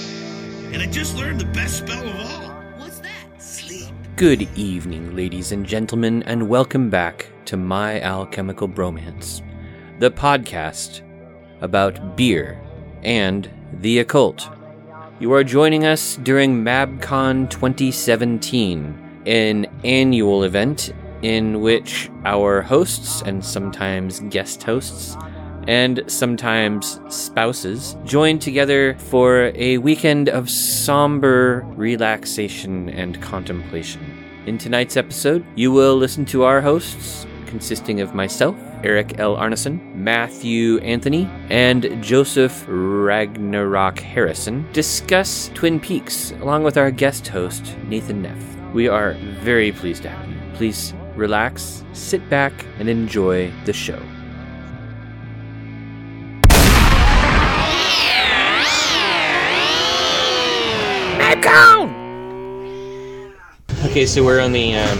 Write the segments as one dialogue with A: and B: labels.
A: and I just learned the best spell of all.
B: What's that? Sleep.
C: Good evening, ladies and gentlemen, and welcome back to My Alchemical Bromance, the podcast about beer and the occult. You are joining us during MabCon 2017, an annual event in which our hosts and sometimes guest hosts and sometimes spouses join together for a weekend of somber relaxation and contemplation. In tonight's episode, you will listen to our hosts, consisting of myself, Eric L. Arneson, Matthew Anthony, and Joseph Ragnarok Harrison, discuss Twin Peaks along with our guest host, Nathan Neff. We are very pleased to have you. Please relax, sit back, and enjoy the show. Okay, so we're on the um,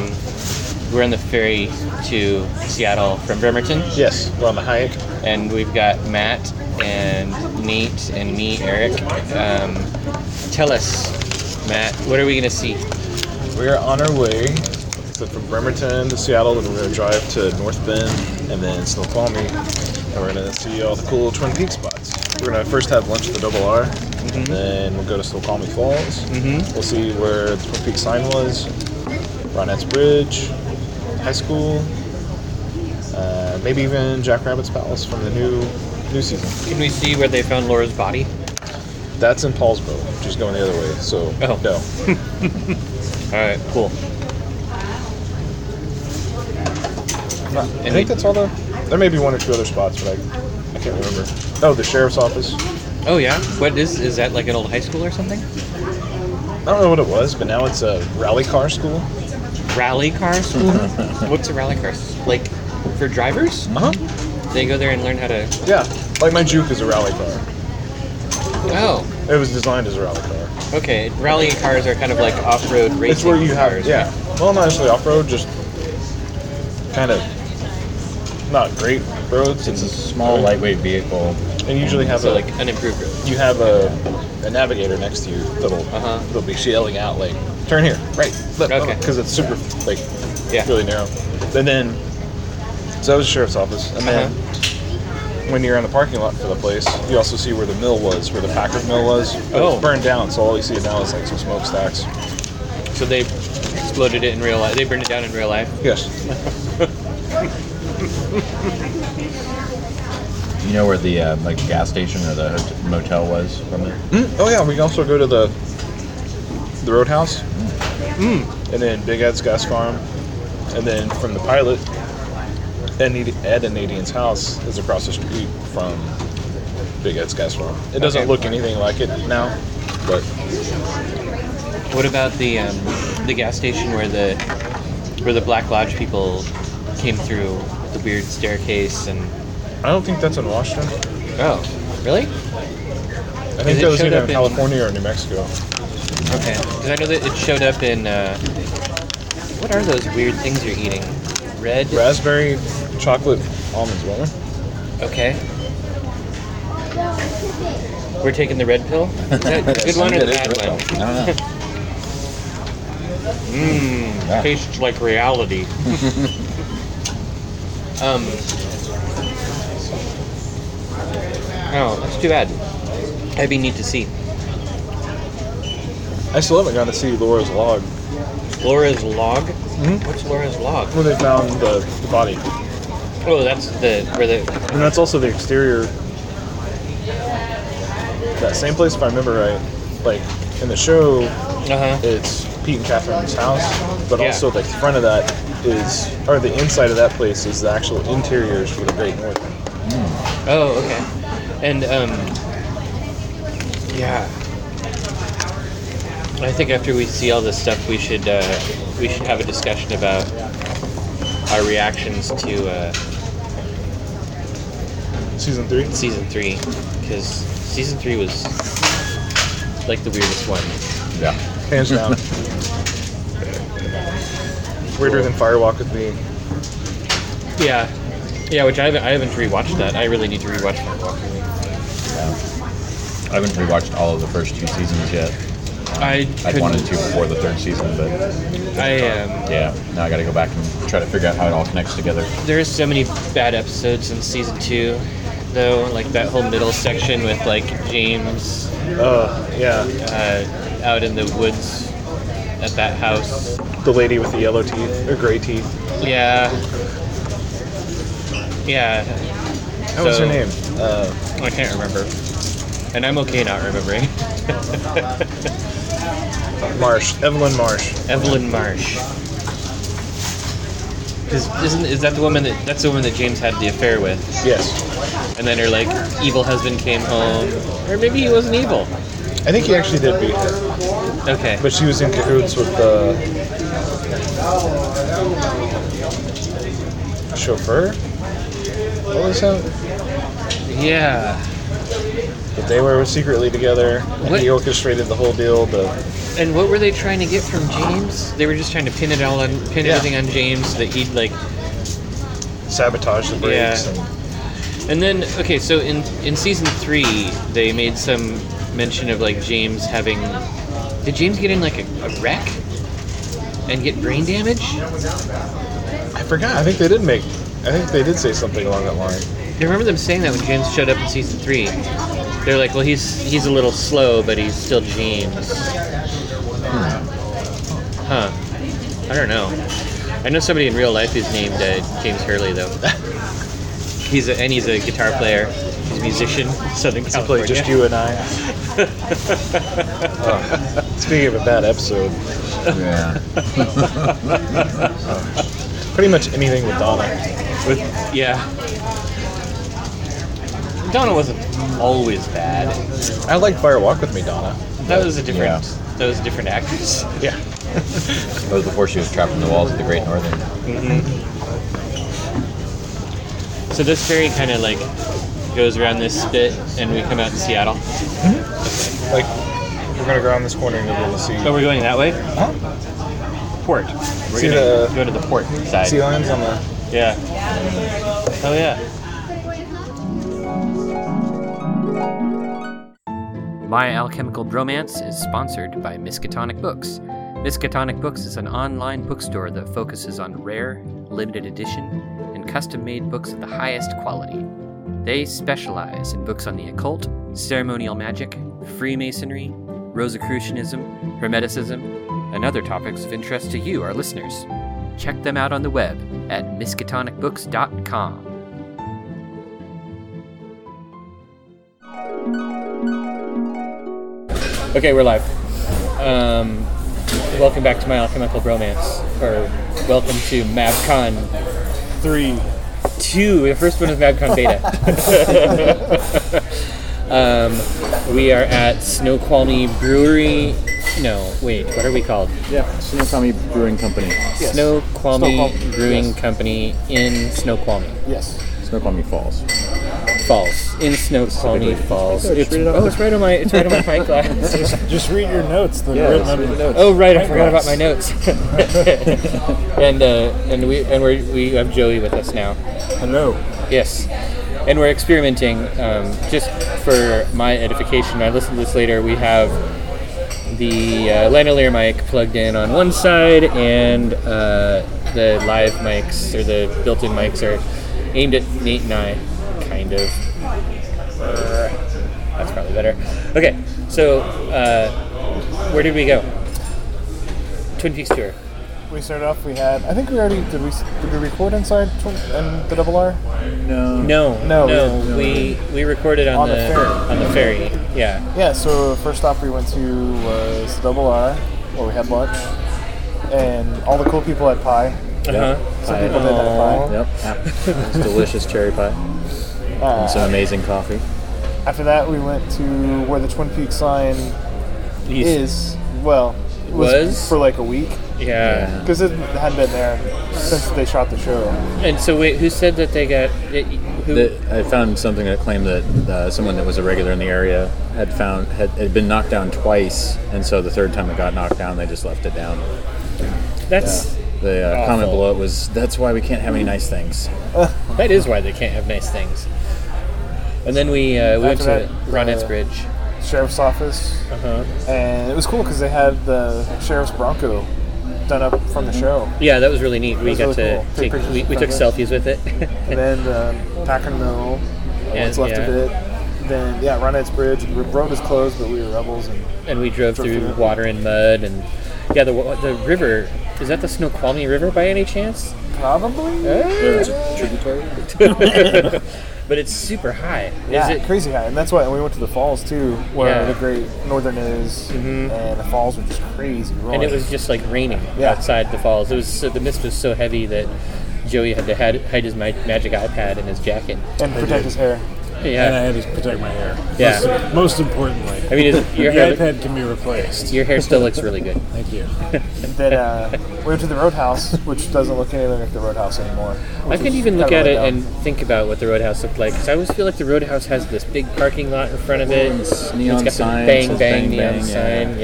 C: we're on the ferry to Seattle from Bremerton,
D: Yes, we're on the Hayek.
C: and we've got Matt and Nate and me, Eric. Um, tell us, Matt, what are we gonna see?
D: We're on our way so from Bremerton to Seattle, then we're going to drive to North Bend and then Snoqualmie, and we're going to see all the cool Twin Peaks spots. We're going to first have lunch at the Double R, and then we'll go to Snoqualmie Falls. Mm-hmm. We'll see where the Twin Peaks sign was, Ronettes Bridge, High School, uh, maybe even Jack Rabbit's Palace from the new new season.
C: Can we see where they found Laura's body?
D: That's in Paulsboro, which is going the other way, so
C: Oh.
D: no.
C: All right, cool.
D: I think that's all the. There may be one or two other spots, but I, I can't remember. Oh, the sheriff's office.
C: Oh yeah, what is is that like an old high school or something?
D: I don't know what it was, but now it's a rally car school.
C: Rally car school? What's a rally car? school? Like for drivers?
D: Uh huh.
C: They go there and learn how to.
D: Yeah, like my Juke is a rally car.
C: Oh.
D: It was designed as a rally car.
C: Okay, rally cars are kind of like off-road racing.
D: It's where you have
C: cars,
D: yeah. Well, not actually off road, just kind of not great roads.
E: It's a small, lightweight vehicle.
D: and usually have
C: So
D: a
C: like an improved road.
D: you have a, a navigator next to you that'll
C: Uh-huh.
D: that'll be yelling out like turn here right left
C: Okay.
D: because it's super like
C: Yeah.
D: really narrow and then so that was the sheriff's office and then
C: Uh-huh.
D: when you're in the parking lot for the place you also see where the mill was where the packard mill was but
C: Oh.
D: it's burned down so all you see now is like some smokestacks
C: So they exploded it in real life. They burned it down in real life.
D: yes
E: You know where the uh, like gas station or the hot- motel was from there?
D: Mm, oh yeah we can also go to the the roadhouse
E: Hmm.
D: Hmm. and then big ed's gas farm and then from the pilot Ed and- Ed and Nadine's house is across the street from Big Ed's gas farm. It doesn't
C: Okay.
D: look anything like it now, but
C: What about the um, the gas station where the where the Black Lodge people came through the weird staircase and
D: I don't think that's in Washington.
C: oh really?
D: I think
C: it
D: that was
C: showed
D: either
C: up
D: in
C: in-
D: California or New Mexico.
C: Okay, because I know that it showed up in uh, what are those weird things you're eating? Red.
D: Raspberry chocolate almonds, wasn't it?
C: Okay. We're taking the red pill. Is that the good one or the bad one?
E: I don't know.
C: Mmm,
E: Yeah.
C: tastes like reality. um. Oh, that's too bad. I'd be neat to see.
D: I still haven't gotten to see Laura's log
C: Laura's log.
E: Mm-hmm.
D: Mhm.
C: What's Laura's log?
D: when they found the, the body,
C: Oh, that's the where the.
D: and that's also the exterior. That same place, if I remember right, like in the show,
C: Uh huh.
D: it's Pete and Catherine's house, but
C: Yeah.
D: also the front of that is, or the inside of that place is the actual interiors for the Great Northern.
C: Oh, okay. And um. Yeah. I think after we see all this stuff, we should uh, we should have a discussion about our reactions to. Uh,
D: Season three.
C: season three because season three was like the weirdest one.
E: Yeah.
D: Hands down. Weirder than Firewalk with me.
C: Yeah, yeah. Which I haven't, I haven't rewatched that. I really need to rewatch that.
E: yeah. I haven't rewatched all of the first two seasons yet.
F: I
E: I
F: couldn't-
E: wanted to before the third season, but
F: I um,
E: yeah, now I got to go back and try to figure out how it all connects together.
F: there's so many bad episodes in season two, though. Like that whole middle section with like James
G: Uh, yeah.
F: uh, out in the woods at that house.
G: The lady with the yellow teeth or gray teeth.
F: Yeah. Yeah.
G: What was her
F: So-
G: name? Uh,
F: I can't remember. And I'm okay not remembering.
G: Marsh. Evelyn Marsh.
F: Evelyn Marsh. Cause isn't is that the woman that that's the woman that James had the affair with?
G: Yes.
F: And then her like evil husband came home. Or maybe he wasn't evil.
G: I think he actually did beat her,
F: Okay.
G: but she was in cahoots with the chauffeur. What was that?
F: Yeah.
G: But they were secretly together, and
F: What?
G: he orchestrated the whole deal. But
F: And what were they trying to get from James? They were just trying to pin it all on pin
G: Yeah.
F: everything on James that he'd like
G: sabotage the brakes.
F: Yeah.
G: And,
F: And then, okay, so in in season three, they made some mention of like James having. Did James get in like a, a wreck? And get brain damage?
G: I forgot. I think they did make. I think they did say something along that line.
F: I remember them saying that when James showed up in season three. They're like, well, he's he's a little slow, but he's still James. Hmm. Huh. I don't know. I know somebody in real life who's named uh, James Hurley though. he's a, and he's a guitar player. He's a musician, Southern California.
G: Play just you and I. Oh, speaking of a bad episode,
E: Yeah.
G: pretty much anything with Donna.
F: Yeah. Donna wasn't always bad.
G: I like Fire Walk with Me, Donna.
F: That was a different.
E: Yeah.
F: That was a different actress.
G: Yeah.
E: That was before she was trapped in the walls of the Great Northern.
F: So this ferry kind of like goes around this spit, and we come out to Seattle.
G: Like, we're gonna go around this corner and you'll be able to see.
F: So we're going that way.
G: Huh?
F: Port. We're
G: See
F: gonna
G: the-
F: go to the port side.
G: Sea lions on the.
F: Yeah. Oh yeah.
C: My Alchemical Bromance is sponsored by Miskatonic Books. Miskatonic Books is an online bookstore that focuses on rare, limited edition, and custom made books of the highest quality. They specialize in books on the occult, ceremonial magic, Freemasonry, Rosicrucianism, Hermeticism, and other topics of interest to you, our listeners. Check them out on the web at miskatonicbooks.com.
F: Okay, we're live. Um, welcome back to my alchemical bromance, or welcome to MabCon three, two. The first one is MabCon Beta. um, we are at Snoqualmie Brewery. No, wait, what are we called?
E: Yeah, Shinokami Brewing Company.
F: Snoqualmie,
E: Snoqualmie,
F: Brewing
E: yes.
F: Company in Snoqualmie
E: Yes. Snoqualmie Falls.
F: Falls. In Snoqualmie Falls.
E: Just
F: It's,
E: read it off
F: oh,
E: the-
F: it's right on my it's right on my pint glass.
D: Just read your notes. Then
E: Yeah,
D: we'll
E: just read
D: remember.
E: the notes.
F: Oh right, I
D: Pint
F: forgot about
D: glass.
F: my notes. and uh, and we and we we have Joey with us now.
D: Hello.
F: Yes, and we're experimenting. Um, just for my edification, I listened to this later. We have the uh, Langolier mic plugged in on one side, and uh, the live mics or the built-in mics are aimed at Nate and I, kind of. That's probably better. Okay, so uh, where did we go? Twin Peaks tour.
D: We started off. We had. I think we already did. We did we record inside tw- and the double R.
E: No.
F: No,
D: No,
F: no.
D: we- no.
F: We we recorded on,
D: On the ferry.
F: on the ferry. Yeah,
D: Yeah. So first off, we went to uh, was the double R, where we had lunch, and all the cool people had pie.
F: uh-huh.
D: Some people did have pie.
E: Yep. It's delicious cherry pie. and some amazing coffee.
D: After that, we went to where the Twin Peaks sign
F: He's-
D: is. Well, it
F: Was?
D: for like a week
F: yeah.
D: because it hadn't been there since they shot the show.
F: And so wait, who said that they got? It, who?
E: The, I found something that claimed that uh, someone that was a regular in the area had found had, had been knocked down twice, and so the third time it got knocked down, they just left it down.
F: that's
E: The uh, comment
F: Awful.
E: below it was, "That's why we can't have any nice things."
F: that is why they can't have nice things. And then we uh, we went
D: After
F: to
D: that,
F: Ronettes
D: uh,
F: Bridge.
D: sheriff's office,
G: Uh-huh.
D: and it was cool because they had the sheriff's Bronco done up from the show,
F: Yeah, that was really neat. We
D: was
F: got
D: really
F: to
D: cool. Take
F: take
D: pictures
F: we,
D: of
F: we took
D: progress.
F: selfies with it.
D: and then um, Packer Mill, uh,
F: And-
D: what's left of it. Then yeah, Ronettes Bridge. The road was closed, but we were rebels, and
F: and we drove
D: Drove
F: through
D: through it.
F: water and mud and yeah, the wa- the river is that the Snoqualmie River by any chance? Uh.
D: probably
E: It's a tributary.
F: But it's super high.
D: yeah,
F: Is it
D: crazy high, and that's why and we went to the falls too, where
F: Yeah. Mm-hmm.
D: the Great Northern is, and the falls were just crazy.
F: and
D: rolling.
F: it was just like raining
D: Yeah.
F: outside the falls. It was so, the mist was so heavy that Joey had to hide, hide his ma- magic iPad in his jacket.
D: and protect his hair.
H: And I
F: Yeah,
H: had to protect my hair.
F: Yeah.
H: Most, most importantly,
F: I mean, is,
H: the
F: your hair
H: iPad can be replaced.
F: your hair still looks really good.
H: Thank you.
D: that uh, we went to the Roadhouse, which doesn't look anything like the Roadhouse anymore.
F: I
D: which
F: could
D: is
F: even look at
D: kinda
F: it
D: let
F: and
D: down.
F: think about what the Roadhouse looked like. 'cause I always feel like the Roadhouse has this big parking lot in front of it. and it's
E: neon
F: got the
E: sign,
F: bang,
E: says
F: bang,
E: bang,
F: neon
E: bang, yeah.
F: sign.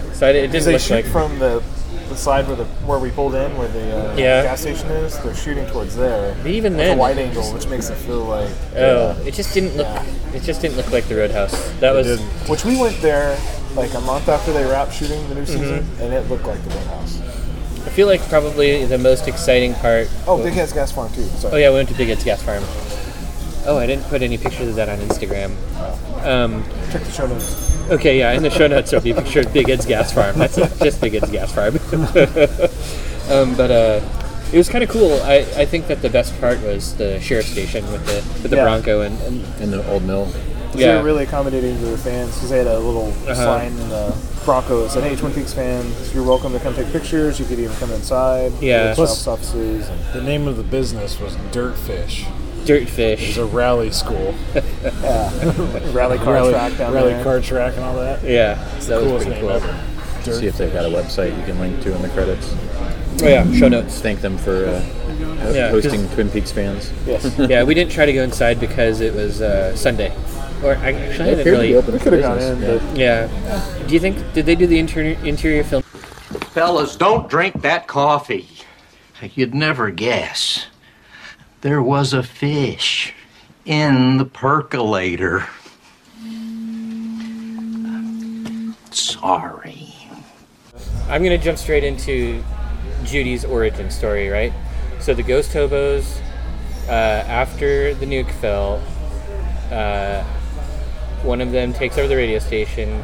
F: Yeah. So it, it
D: Because
F: didn't
D: they
F: look
D: shoot
F: like.
D: from the, the side where the where we pulled in, where the uh,
F: Yeah.
D: gas station is. They're shooting towards there.
F: But even
D: with
F: then-
D: a wide angle, which makes it feel like.
F: oh, it just didn't look. It just didn't look like the Roadhouse. That was.
H: didn't.
D: Which we went there like a month after they wrapped shooting the new
F: Mm-hmm.
D: season, and it looked like the Roadhouse.
F: I feel like probably the most exciting part.
D: Oh, Big Head's Gas Farm too.
F: Oh
D: Sorry.
F: yeah, we went to Big Ed's Gas Farm. Oh, I didn't put any pictures of that on Instagram. Um,
D: Check the show notes.
F: Okay, yeah, in the show notes there'll be a picture of Big Ed's Gas Farm. That's it, just Big Ed's Gas Farm. um, but uh, it was kind of cool. I, I think that the best part was the sheriff station with the with the
D: Yeah.
F: Bronco and, and
E: In the old mill.
D: They
F: yeah,
D: were really accommodating to their fans because they had a little sign in the Bronco that said, "Hey, Twin Peaks fans, you're welcome to come take pictures. You could even come inside.
F: Yeah.
D: Plus, shop's offices and
H: The name of the business was Dirtfish.
F: dirt
H: It's
F: fish.
H: a rally school,
D: rally car
H: rally,
D: track down
H: rally
D: there.
H: car track, and all that.
F: Yeah, so that was
H: Coolest
F: pretty
H: name
F: cool. Oh,
H: ever.
E: See if they've got a website you can link to in the credits.
F: oh yeah, show notes.
E: Thank them for uh, ho-
F: Yeah, 'cause-
E: hosting Twin Peaks fans.
D: Yes.
F: yeah, we didn't try to go inside because it was uh, Sunday, or I actually I
E: They
F: didn't
E: appear to
F: really.
E: be open
D: we
E: for
D: could have gone
E: business,
D: in,
E: yeah.
D: but
F: Yeah. Do you think did they do the interior interior film?
I: Fellas, don't drink that coffee.
J: You'd never guess. There was a fish in the percolator. Sorry.
F: I'm gonna jump straight into Judy's origin story, right? So the ghost hobos, uh, after the nuke fell, uh, one of them takes over the radio station,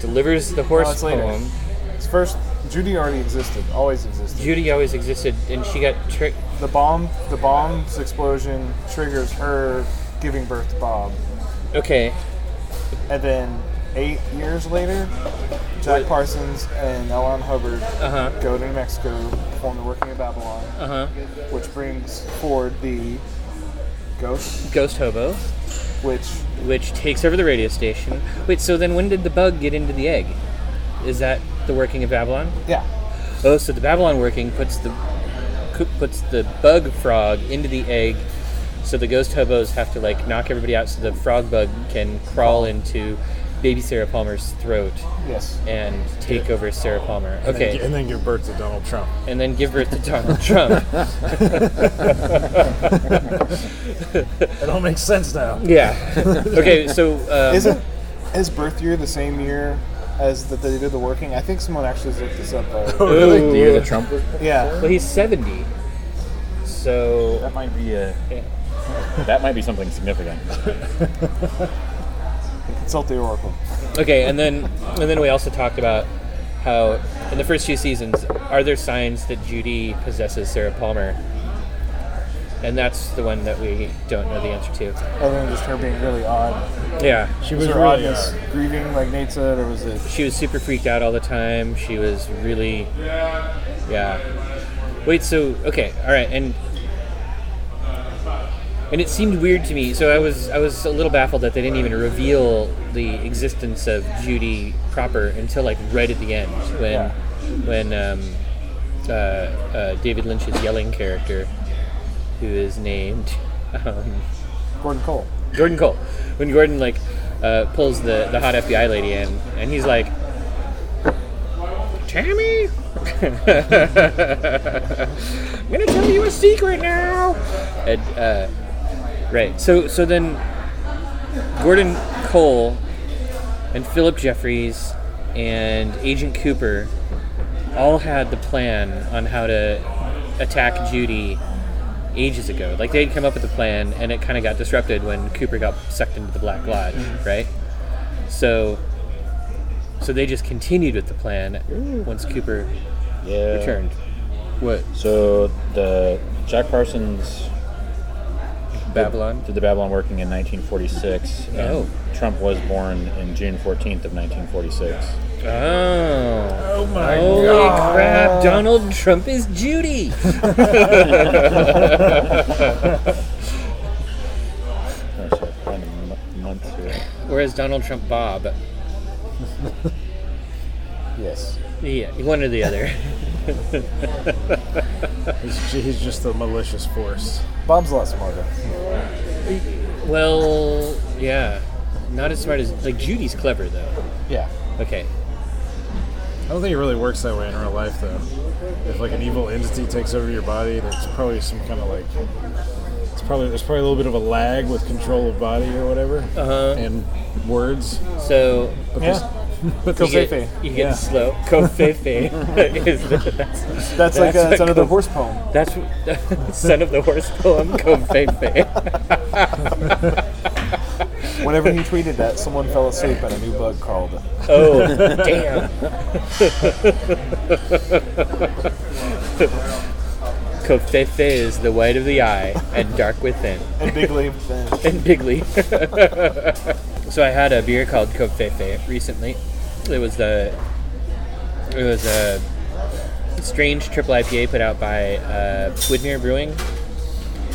F: delivers the
D: Oh,
F: horse
D: it's later.
F: poem.
D: it's first Judy already existed, always existed.
F: Judy always existed, and she got tri-
D: the bomb, the bomb's explosion triggers her giving birth to Bob,
F: okay.
D: and then eight years later, Jack Parsons and Elon Hubbard
F: Uh
D: go to New Mexico, perform the Working of Babylon,
F: huh. Uh huh.
D: which brings forward the ghost,
F: Ghost hobo,
D: which
F: which takes over the radio station. Wait, so then when did the bug get into the egg? Is that the working of Babylon?
D: yeah,
F: Oh, so the Babylon working puts the coo- puts the bug frog into the egg, so the ghost hobos have to like knock everybody out, so the frog bug can crawl into baby Sarah Palmer's throat
D: yes,
F: and take over Sarah Palmer.
H: And then, gi-
F: Okay,
H: and then give birth to Donald Trump.
F: and then give birth to Donald Trump.
H: It all makes sense now.
F: Yeah. Okay, so um,
D: isn't his birth year the same year? As that they did the working, I think someone actually looked this up. already.
E: Like the year that Trump was.
D: yeah,
F: well he's seventy, so
E: That might be a. That might be something significant.
D: consult the Oracle.
F: Okay, and then and then we also talked about how in the first few seasons are there signs that Judy possesses Sarah Palmer, and that's the one that we don't know the answer to.
D: other than just her being really odd.
F: Yeah,
H: She
D: Was
H: was
D: her
H: really
D: oddness grieving, like Nate said, or was it?
F: she was super freaked out all the time. She was really, yeah. Wait, so okay, all right, and and it seemed weird to me. So I was I was a little baffled that they didn't even reveal the existence of Judy proper until like right at the end when
D: Yeah.
F: when um, uh, uh, David Lynch's yelling character, who is named. Um,
D: Gordon Cole.
F: Gordon Cole. When Gordon like uh, pulls the, the hot FBI lady in, and he's like, Tammy, I'm gonna tell you a secret now. And, uh, right. So so then Gordon Cole and Philip Jeffries and Agent Cooper all had the plan on how to attack Judy ages ago. Like they'd come up with a plan, and it kind of got disrupted when Cooper got sucked into the Black Lodge,
H: Mm-hmm.
F: right? So, so they just continued with the plan once Cooper
E: Yeah.
F: returned. What
E: So the Jack Parsons
F: Babylon?
E: did the Babylon working in 1946. and
F: Oh.
E: Trump was born in June 14th of 1946.
F: Oh.
H: Oh my
F: Holy
H: god.
F: crap, Donald Trump is Judy!
E: Oh, so kind of m- months here.
F: Or is Donald Trump Bob?
H: Yes.
F: Yeah, one or the other.
H: He's, ju- he's just a malicious force.
D: Bob's a lot smarter.
F: well, yeah. Not as smart as. Like, Judy's clever, though.
D: Yeah.
F: Okay.
H: I don't think it really works that way in real life, though. If like an evil entity takes over your body, there's probably some kind of like it's probably there's probably a little bit of a lag with control of body or whatever
F: Uh-huh.
H: and words.
F: So,
H: But
D: Yeah.
H: this- but
F: you
H: this-
F: get, you get
H: Yeah.
F: slow. Kofefe. is the- that's,
D: That's, like
F: That's
D: uh, it's
F: like
D: another
F: a-
D: horse poem.
F: that's son of the horse poem, eh? Kofefe.
D: Whenever he tweeted that, someone fell asleep and a new bug crawled.
F: Oh, damn. Kofefe is the white of the eye and dark within.
D: And Big Leap then.
F: And bigly. so I had a beer called Kofefe recently. It was the it was a strange triple IPA put out by uh, Widmere Brewing,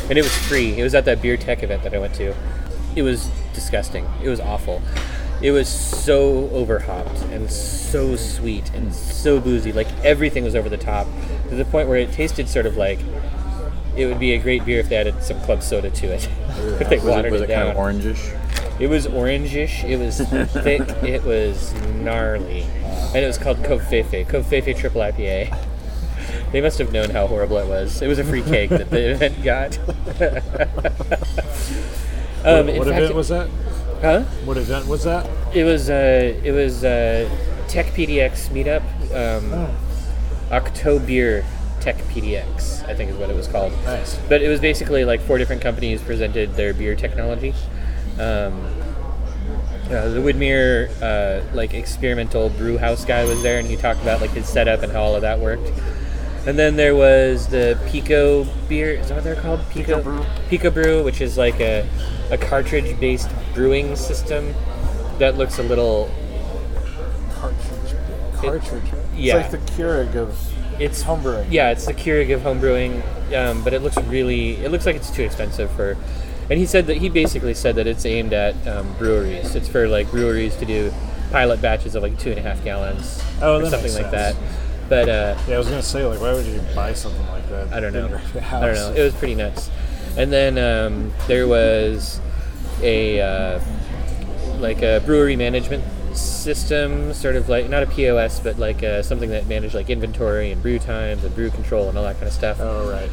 F: and it was free. It was at that beer tech event that I went to. It was disgusting. It was awful. It was so overhopped and so sweet and so boozy. Like everything was over the top to the point where it tasted sort of like it would be a great beer if they added some club soda to it. if they
E: Was
F: watered
E: it, was it,
F: down.
E: kind of orangish?
F: It was orangish. It was thick. It was gnarly, and it was called Covfefe. Covfefe Triple IPA. They must have known how horrible it was. It was a free cake that the event got. um, in
H: what
F: fact,
H: event was that?
F: Huh?
H: What event was that?
F: It was uh, it was uh, Tech PDX meetup.
H: Oh.
F: Um, October Tech PDX, I think is what it was called.
H: Nice.
F: But it was basically like four different companies presented their beer technology. Um, uh, the Widmere uh, like experimental brew house guy was there, and he talked about like his setup and how all of that worked. And then there was the Pico beer. Is that what they're called? Pico, Brew. Pico Brew, which is like a, a cartridge-based brewing system that looks a little
D: Cartridge. Cartridge.
F: yeah.
D: It's like the Keurig of
F: it's
D: home brewing.
F: Yeah, it's the Keurig of homebrewing, um, but it looks really it looks like it's too expensive for. And he said that he basically said that it's aimed at um, breweries. It's for like breweries to do pilot batches of like two and a half gallons
H: Oh,
F: or
H: that
F: something
H: makes
F: like that.
H: sense.
F: But uh,
H: Yeah, I was gonna say like why would you buy something like that?
F: I don't know.
H: in your house?
F: I don't know. It was pretty nuts. And then um, there was a uh, like a brewery management system, sort of like not a POS, but like uh, something that managed like inventory and brew times and brew control and all that kind of stuff.
H: Oh right.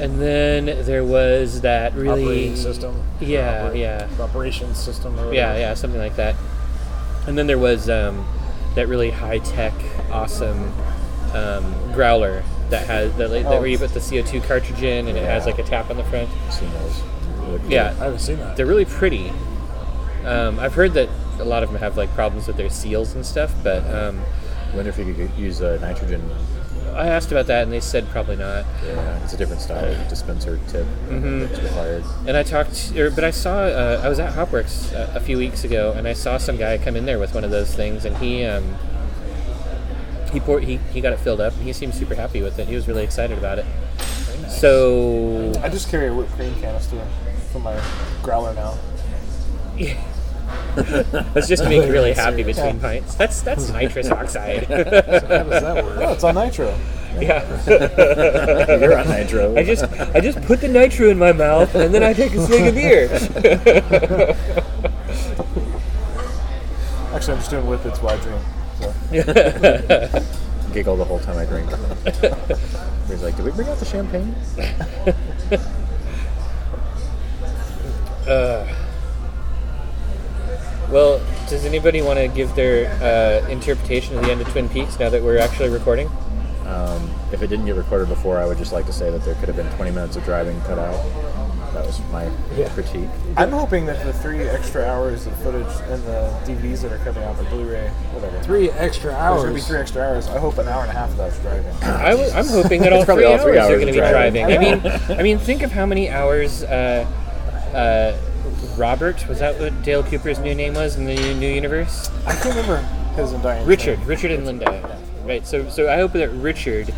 F: And then there was that really
H: Operating system.
F: Yeah, yeah.
H: Operations system. Or
F: Yeah,
H: whatever.
F: yeah, something like that. And then there was um, that really high tech, awesome um, growler that has that, like,
H: Oh.
F: that where you put the CO two cartridge in and it has like a tap on the front.
E: Seen those.
F: Yeah,
H: I haven't seen that.
F: they're really pretty. Um, I've heard that a lot of them have like problems with their seals and stuff, but um,
E: Wonder if you could use uh, nitrogen.
F: I asked about that and they said probably not.
E: Yeah, it's a different style of dispenser tip.
F: Mm-hmm.
E: It's required.
F: And I talked, or, but I saw, uh, I was at Hopworks a, a few weeks ago, and I saw some guy come in there with one of those things, and he, um, he poured, he, he got it filled up, and he seemed super happy with it. He was really excited about it. So,
D: I just carry a whipped cream canister for my growler now.
F: that's just to make you really happy between pints. That's that's nitrous oxide.
H: How does that work?
D: No, Oh, it's on nitro.
F: yeah.
E: You're on nitro.
F: I just I just put the nitro in my mouth, and then I take a swig of beer.
D: Actually, I'm just doing whippets while I dream. So.
E: giggle the whole time I drink. He's like, "Did we bring out the champagne?"
F: Well, does anybody want to give their uh, interpretation of the end of Twin Peaks now that we're actually recording?
E: Um, if it didn't get recorded before, I would just like to say that there could have been 20 minutes of driving cut out. That was my critique.
D: I'm hoping that the three extra hours of footage and the DVDs that are coming out, the Blu-ray, whatever.
H: Three extra
D: There's gonna be
H: hours.
D: three extra hours. I hope an hour and a half of that's driving.
F: I w- I'm hoping that all
E: It's probably
F: three,
E: all three
F: hours, are
E: hours
F: going to be
E: of
F: driving.
E: driving.
F: I mean, I mean, think of how many hours. Uh, uh, Robert was that what Dale Cooper's new name was in the new universe?
D: I can't remember his and Diane's
F: Richard,
D: name.
F: Richard and Linda, right? So, so I hope that Richard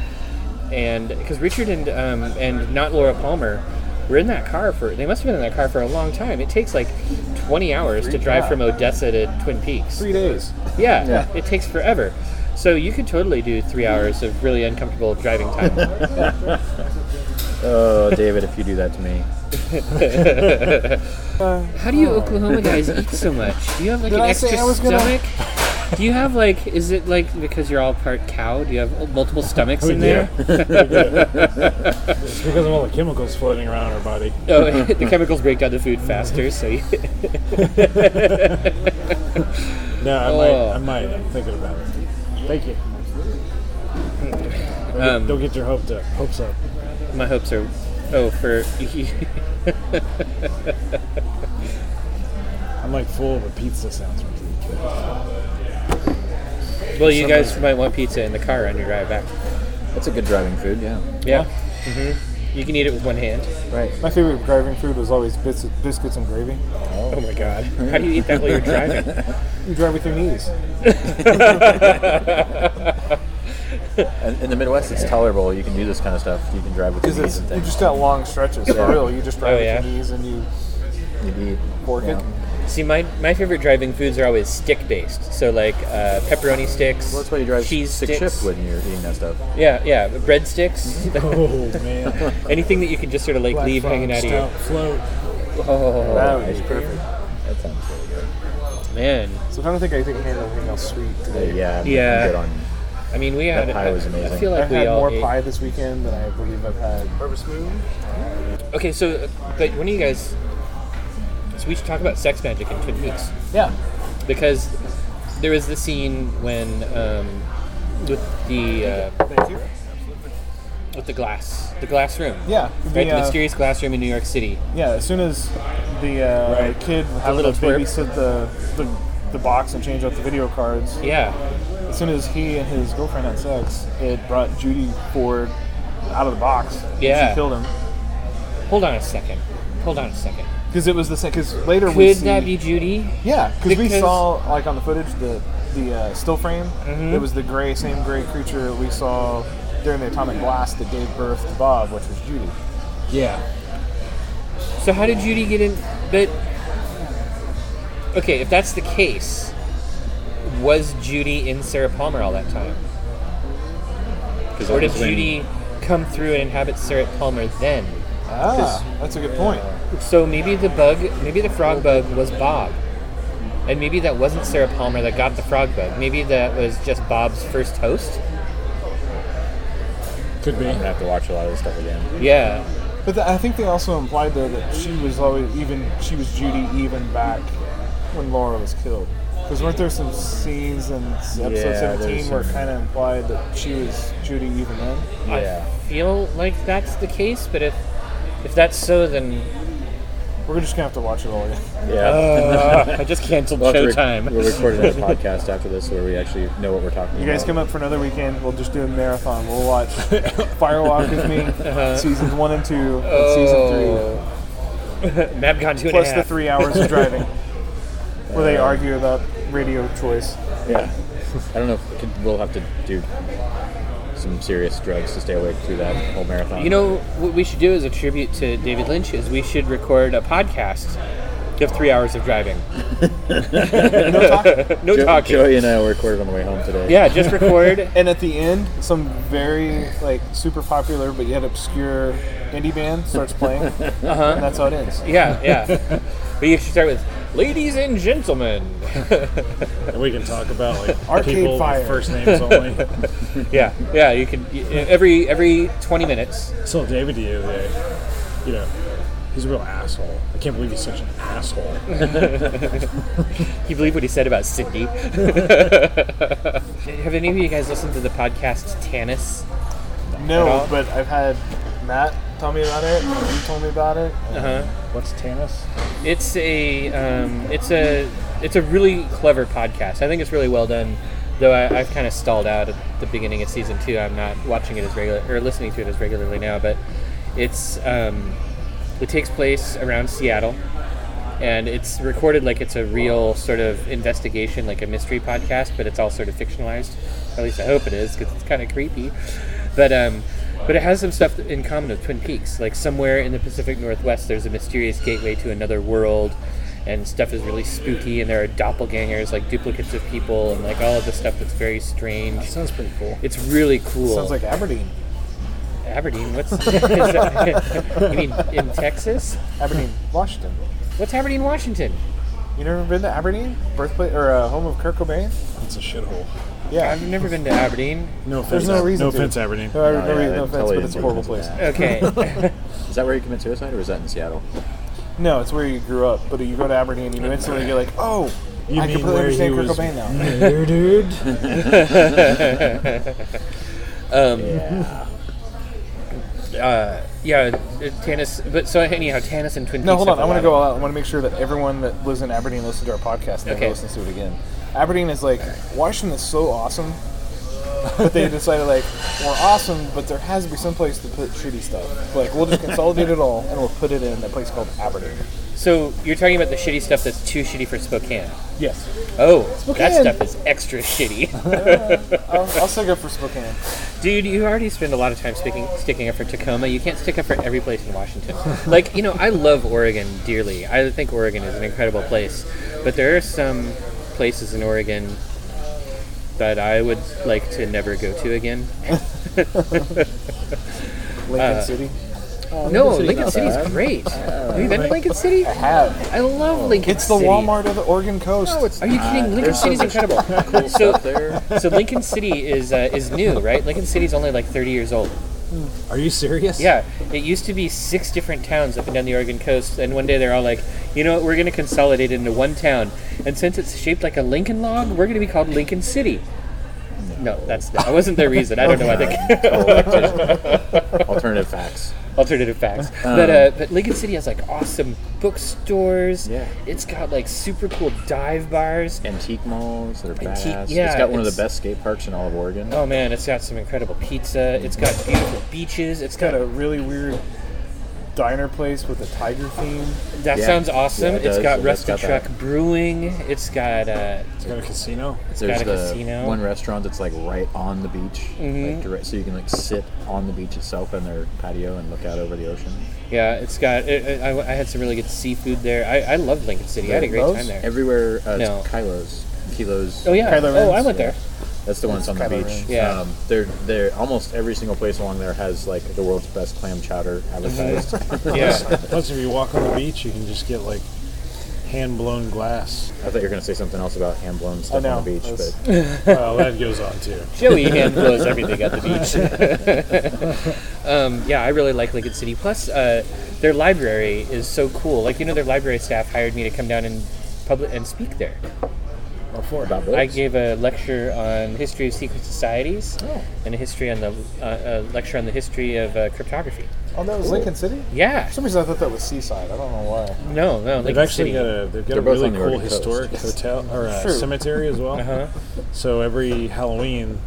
F: and because Richard and um, and not Laura Palmer were in that car for they must have been in that car for a long time. It takes like 20 hours to drive from Odessa to Twin Peaks.
D: Three days.
F: Yeah, it takes forever. So you could totally do three hours of really uncomfortable driving time.
E: Oh, David, if you do that to me.
F: How do you Oklahoma guys eat so much? Do you have like
D: Did
F: an
D: I say
F: extra
D: I was gonna-
F: stomach? Do you have like? Is it like because you're all part cow? Do you have multiple stomachs in
H: yeah.
F: there?
H: It's because of all the chemicals floating around our body.
F: Oh, the chemicals break down the food faster, so you,
H: No, I
F: Oh.
H: might. I might. I'm thinking about it. Thank you. Don't,
F: Um,
H: get- don't get your hopes up. Hopes up.
F: my hopes are. Oh, for
H: I'm like full of a pizza sounds.
F: well, you guys might want pizza in the car on your ride back.
E: That's a good driving food, yeah.
F: Yeah. hmm You can eat it with one hand.
D: Right. My favorite driving food was always bis- biscuits and gravy.
F: Oh my god! How do you eat that while you're driving?
D: You drive with your knees.
E: And in the Midwest, it's tolerable. You can do this kind of stuff. You can drive with
D: Because
E: your knees
D: it's
E: and
D: you
E: things.
D: just got long stretches for
E: Yeah.
D: real. You just drive
F: Oh,
D: with
F: yeah.
D: your knees and you
E: You eat.
D: fork
E: Yeah.
D: it.
F: See, my, my favorite driving foods are always stick based. So like uh, pepperoni sticks.
E: Well, that's why you drive
F: cheese
E: six
F: sticks.
E: shift when you're eating that stuff.
F: Yeah, yeah, breadsticks.
H: Oh man.
F: Anything that you can just sort of like leave hanging out of you.
H: Float.
F: Oh
D: That would be perfect.
E: That sounds really good.
F: man!
D: So I don't think I think I had anything else sweet today.
E: But yeah, I'm
F: Yeah.
E: good on
F: I mean, we had.
E: That pie was
F: I- I
E: amazing.
F: feel like
D: I've
F: we
D: had
F: all
D: more
F: ate-
D: pie this weekend than I believe I've had. Harvest Moon?
F: Okay, so uh, but when do you guys? So we should talk about sex magic in Twin Peaks
D: Yeah.
F: because there is the scene when um, with the uh,
D: Thank you.
F: with the glass, the glass room.
D: Yeah.
F: Right, the
D: uh,
F: mysterious glass room in New York City.
D: Yeah, as soon as the uh,
H: Right.
D: kid had
F: little
D: to
F: twerp.
D: babysit the, the the box and change out the video cards,
F: Yeah,
D: as soon as he and his girlfriend had sex, it brought Judy Ford out of the box.
F: Yeah.
D: She killed him.
F: hold on a second. Hold on a second.
D: Because it was the same. Because later we
F: Could
D: see,
F: that be Judy?
D: Yeah, because we
F: because-
D: saw like on the footage the the uh, still frame.
F: Mm-hmm.
D: It was the gray, same gray creature we saw during the atomic blast that gave birth to Bob, which was Judy.
H: Yeah.
F: So how did Judy get in? But okay, if that's the case, was Judy in Sarah Palmer all that time,
E: because
F: or did Judy come through and inhabit Sarah Palmer then?
D: Ah, that's a good point.
F: So maybe the bug, maybe the frog bug was Bob, and maybe that wasn't Sarah Palmer that got the frog bug. Maybe that was just Bob's first host.
H: Could be.
E: I'm gonna have to watch a lot of this stuff again.
F: Yeah,
D: But th- I think they also implied though that she was always even she was Judy even back when Laura was killed. Because weren't there some scenes in s- episode
E: Yeah,
D: seventeen
E: there's
D: where it
E: some-
D: kind of implied that she was Judy even then?
E: Yeah.
F: I feel like that's the case. But if if that's so, then
D: We're just gonna have to watch it all again.
E: Yeah.
F: uh, I just canceled
E: We'll have to rec-
F: Oh, Showtime.
E: We're recording this podcast after this where we actually know what we're talking
D: You
E: about.
D: guys come up for another weekend. We'll just do a marathon. We'll watch Firewalk with Me,
E: Uh-huh.
D: seasons one and two, and season
E: Oh.
D: three,
F: MabCon two and a
D: plus the
F: half.
D: three hours of driving, where they
E: Uh-huh.
D: argue about radio choice.
E: Yeah. I don't know if we could- we'll have to do some serious drugs to stay awake through that whole marathon.
F: You know what we should do as a tribute to David Lynch is we should record a podcast of three hours of driving. no
E: Jo-
F: talking.
E: Joey and I were recorded on the way home today.
F: Yeah, just record.
D: And at the end, some very like super popular but yet obscure indie band starts playing,
H: Uh-huh.
D: and that's how it ends.
F: yeah, yeah. But you should start with ladies and gentlemen.
H: And we can talk about like
D: Arcade
H: people with
D: Fire.
H: first names only.
F: yeah, yeah. You could every every twenty minutes.
H: I told David the other day, you know, He's a real asshole. I can't believe he's such an asshole.
F: Can you believe what he said about Sydney? Have any of you guys listened to the podcast Tanis? At all?
D: No, but I've had Matt tell me about it. and You told me about it. and
H: What's Tanis?
F: Uh-huh. It's a um, it's a it's a really clever podcast. I think it's really well done. Though I, I've kind of stalled out at the beginning of season two. I'm not watching it as regular or listening to it as regularly now. But it's um, it takes place around Seattle, and it's recorded like it's a real sort of investigation, like a mystery podcast. But it's all sort of fictionalized. At least I hope it is because it's kind of creepy. But um, but it has some stuff in common with Twin Peaks. Like somewhere in the Pacific Northwest, there's a mysterious gateway to another world, and stuff is really spooky. And there are doppelgangers, like duplicates of people, and like all of the stuff that's very strange.
H: Sounds pretty cool.
F: It's really cool.
D: Sounds like Aberdeen.
F: Aberdeen. What's is that, you mean in Texas?
D: Aberdeen, Washington.
F: What's Aberdeen, Washington?
D: You never been to Aberdeen? Birthplace or uh, home of Kurt Cobain?
H: It's a shithole.
D: Yeah.
F: I've never been to Aberdeen.
H: No offense.
D: There's no reason
H: No
D: to.
H: offense, Aberdeen.
D: No, no,
E: Oh, yeah,
D: no,
E: they
D: no offense,
E: totally
D: but it's a
E: didn't
D: horrible
E: do
D: place.
E: that.
F: Okay.
E: Is that where you commit suicide, or is that in Seattle?
D: No, it's where you grew up. But you go to Aberdeen and you instantly you're like, oh,
H: You
D: I
H: mean
D: completely
H: where
D: understand
H: he
D: Kurt
H: was-
D: Cobain now.
H: dude.
F: um, Uh, yeah, uh, Tanis. But so anyhow, Tanis and Twin Peaks.
D: No, hold on.
F: have
D: I
F: a
D: want to
F: lot
D: go
F: of-
D: out. I want to make sure that everyone that lives in Aberdeen listens to our podcast and
F: Okay.
D: okay. listens to it again. Aberdeen is like Washington is so awesome, but they decided like we're awesome, but there has to be some place to put shitty stuff. Like we'll just consolidate it all and we'll put it in a place called Aberdeen.
F: So you're talking about the shitty stuff that's too shitty for Spokane.
D: Yes,
F: Oh, that
D: Spokane.
F: stuff is extra shitty.
D: I'll, I'll stick up for Spokane.
F: Dude, you already spend a lot of time sticking sticking up for Tacoma. You can't stick up for every place in Washington. like, you know, I love Oregon dearly. I think Oregon is an incredible place. But there are some places in Oregon that I would like to never go to again. Uh,
D: Lincoln City. Oh,
F: no, Lincoln City's great. Have you been to Lincoln City? I
D: Uh, Have
F: love Lincoln
D: it's the
F: City.
D: Walmart of the Oregon coast.
F: Are you kidding? Lincoln City's incredible. so, so Lincoln City is uh, is new, right? Lincoln City's only like 30 years old.
H: Are you serious?
F: Yeah, it used to be six different towns up and down the Oregon coast, and one day they're all like, you know what, we're going to consolidate into one town. And since it's shaped like a Lincoln log, we're going to be called Lincoln City. No, that's that wasn't their reason. I don't know. I think
E: Alternative facts.
F: alternative facts. but uh, but Lincoln City has like awesome bookstores.
E: Yeah.
F: it's got like super cool dive bars.
E: Antique malls that are
F: Antique-
E: badass.
F: yeah,
E: it's got one of
F: it's-
E: the best skate parks in all of Oregon.
F: Oh man, it's got some incredible pizza. It's got beautiful beaches. It's got
D: got a really weird diner place with a tiger theme.
F: that
E: Yeah.
F: sounds awesome.
E: Yeah, it
F: it's
E: does.
F: got
E: It's
F: Rusty
E: got that.
F: Truck Brewing. It's got uh,
H: It's got a casino.
F: it's
E: There's
F: got a
E: the
F: casino. Mm-hmm.
E: one restaurant that's like right on the beach, like direct, so you can like sit on the beach itself in their patio and look out over the ocean.
F: Yeah, it's got. It, it, I, I had some really good seafood there. I, I loved Lincoln City. I had a great time there.
E: Everywhere, uh,
F: No.
E: it's Kylo's, Kilo's.
F: Oh yeah.
D: Kylo
F: oh, I
D: Ren's,
F: went there.
E: That's the one that's on the
D: Kylo
E: beach.
D: Ren.
F: Yeah.
E: Um, they're, they're almost every single place along there has like the world's best clam chowder
F: Mm-hmm.
E: advertised.
F: Yeah.
H: Plus, if you walk on the beach, you can just get like hand blown glass.
E: I thought you were going to say something else about hand blown stuff
D: know.
E: on the beach,
D: That's-
E: but
H: well, Uh, that goes on too.
F: Joey hand blows everything at the beach. um, yeah, I really like Lincoln City. Plus, uh, their library is so cool. Like you know, their library staff hired me to come down and public and speak there.
E: about books.
F: I gave a lecture on history of secret societies
E: Oh.
F: and a history on the uh, a lecture on the history of uh, cryptography.
D: Oh, that was Lincoln City.
F: Yeah.
D: For some reason, I thought that was Seaside. I don't know why.
F: No, no.
H: They've
F: Lincoln City.
H: actually got a they've got a
E: They're both
H: really
E: on the
H: cool
E: Oregon coast.
H: historic hotel or uh,
D: True.
H: cemetery as well. So every Halloween,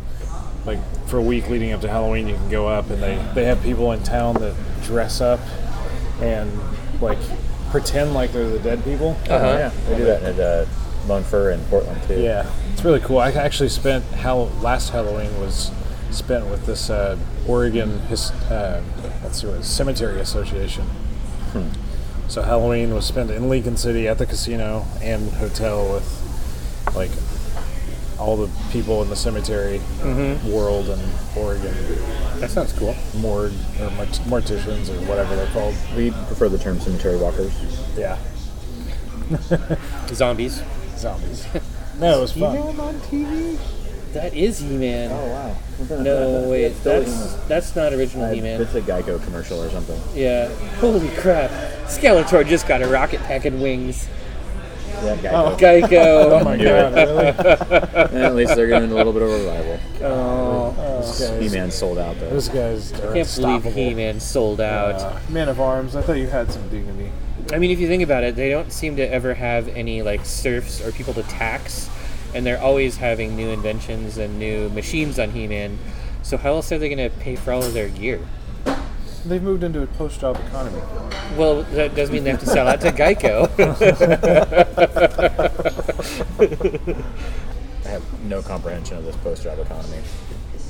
H: like for a week leading up to Halloween, you can go up and they they have people in town that dress up and like pretend like they're the dead people.
F: Uh-huh.
H: Yeah,
E: They do that at uh, Lone Fir in Portland too.
H: Yeah, it's really cool. I actually spent Hall- last Halloween was spent with this uh, Oregon his, uh, let's see what it is, cemetery association. Hmm. So Halloween was spent in Lincoln City at the casino and hotel with like all the people in the cemetery world in Oregon. Mm-hmm. That sounds cool. Morgue or mart- morticians or whatever they're called.
E: We prefer the term cemetery walkers.
H: Yeah,
F: zombies.
H: zombies. no, it was fun.
D: on TV?
F: That is He-Man.
E: Oh wow!
F: No, wait,
E: still
F: that's that's not original He-Man.
E: It's a Geico commercial or something.
F: Yeah. Holy crap! Skeletor just got a rocket pack and wings.
E: Yeah, Geico.
F: Geico. oh
H: my god, really?
E: And at least they're giving a little bit of revival.
H: This
E: He
H: guy's,
E: Man sold out though.
H: this guy's are
F: Can't believe
H: unstoppable.
F: He-Man sold out.
D: Man of Arms, I thought you had some dignity.
F: I mean, if you think about it, they don't seem to ever have any like serfs or people to tax, and they're always having new inventions and new machines on He-Man. So how else are they going to pay for all of their gear?
D: They've moved into a post-job economy.
F: Well, that does mean they have to sell out to Geico.
E: I have no comprehension of this post-job economy.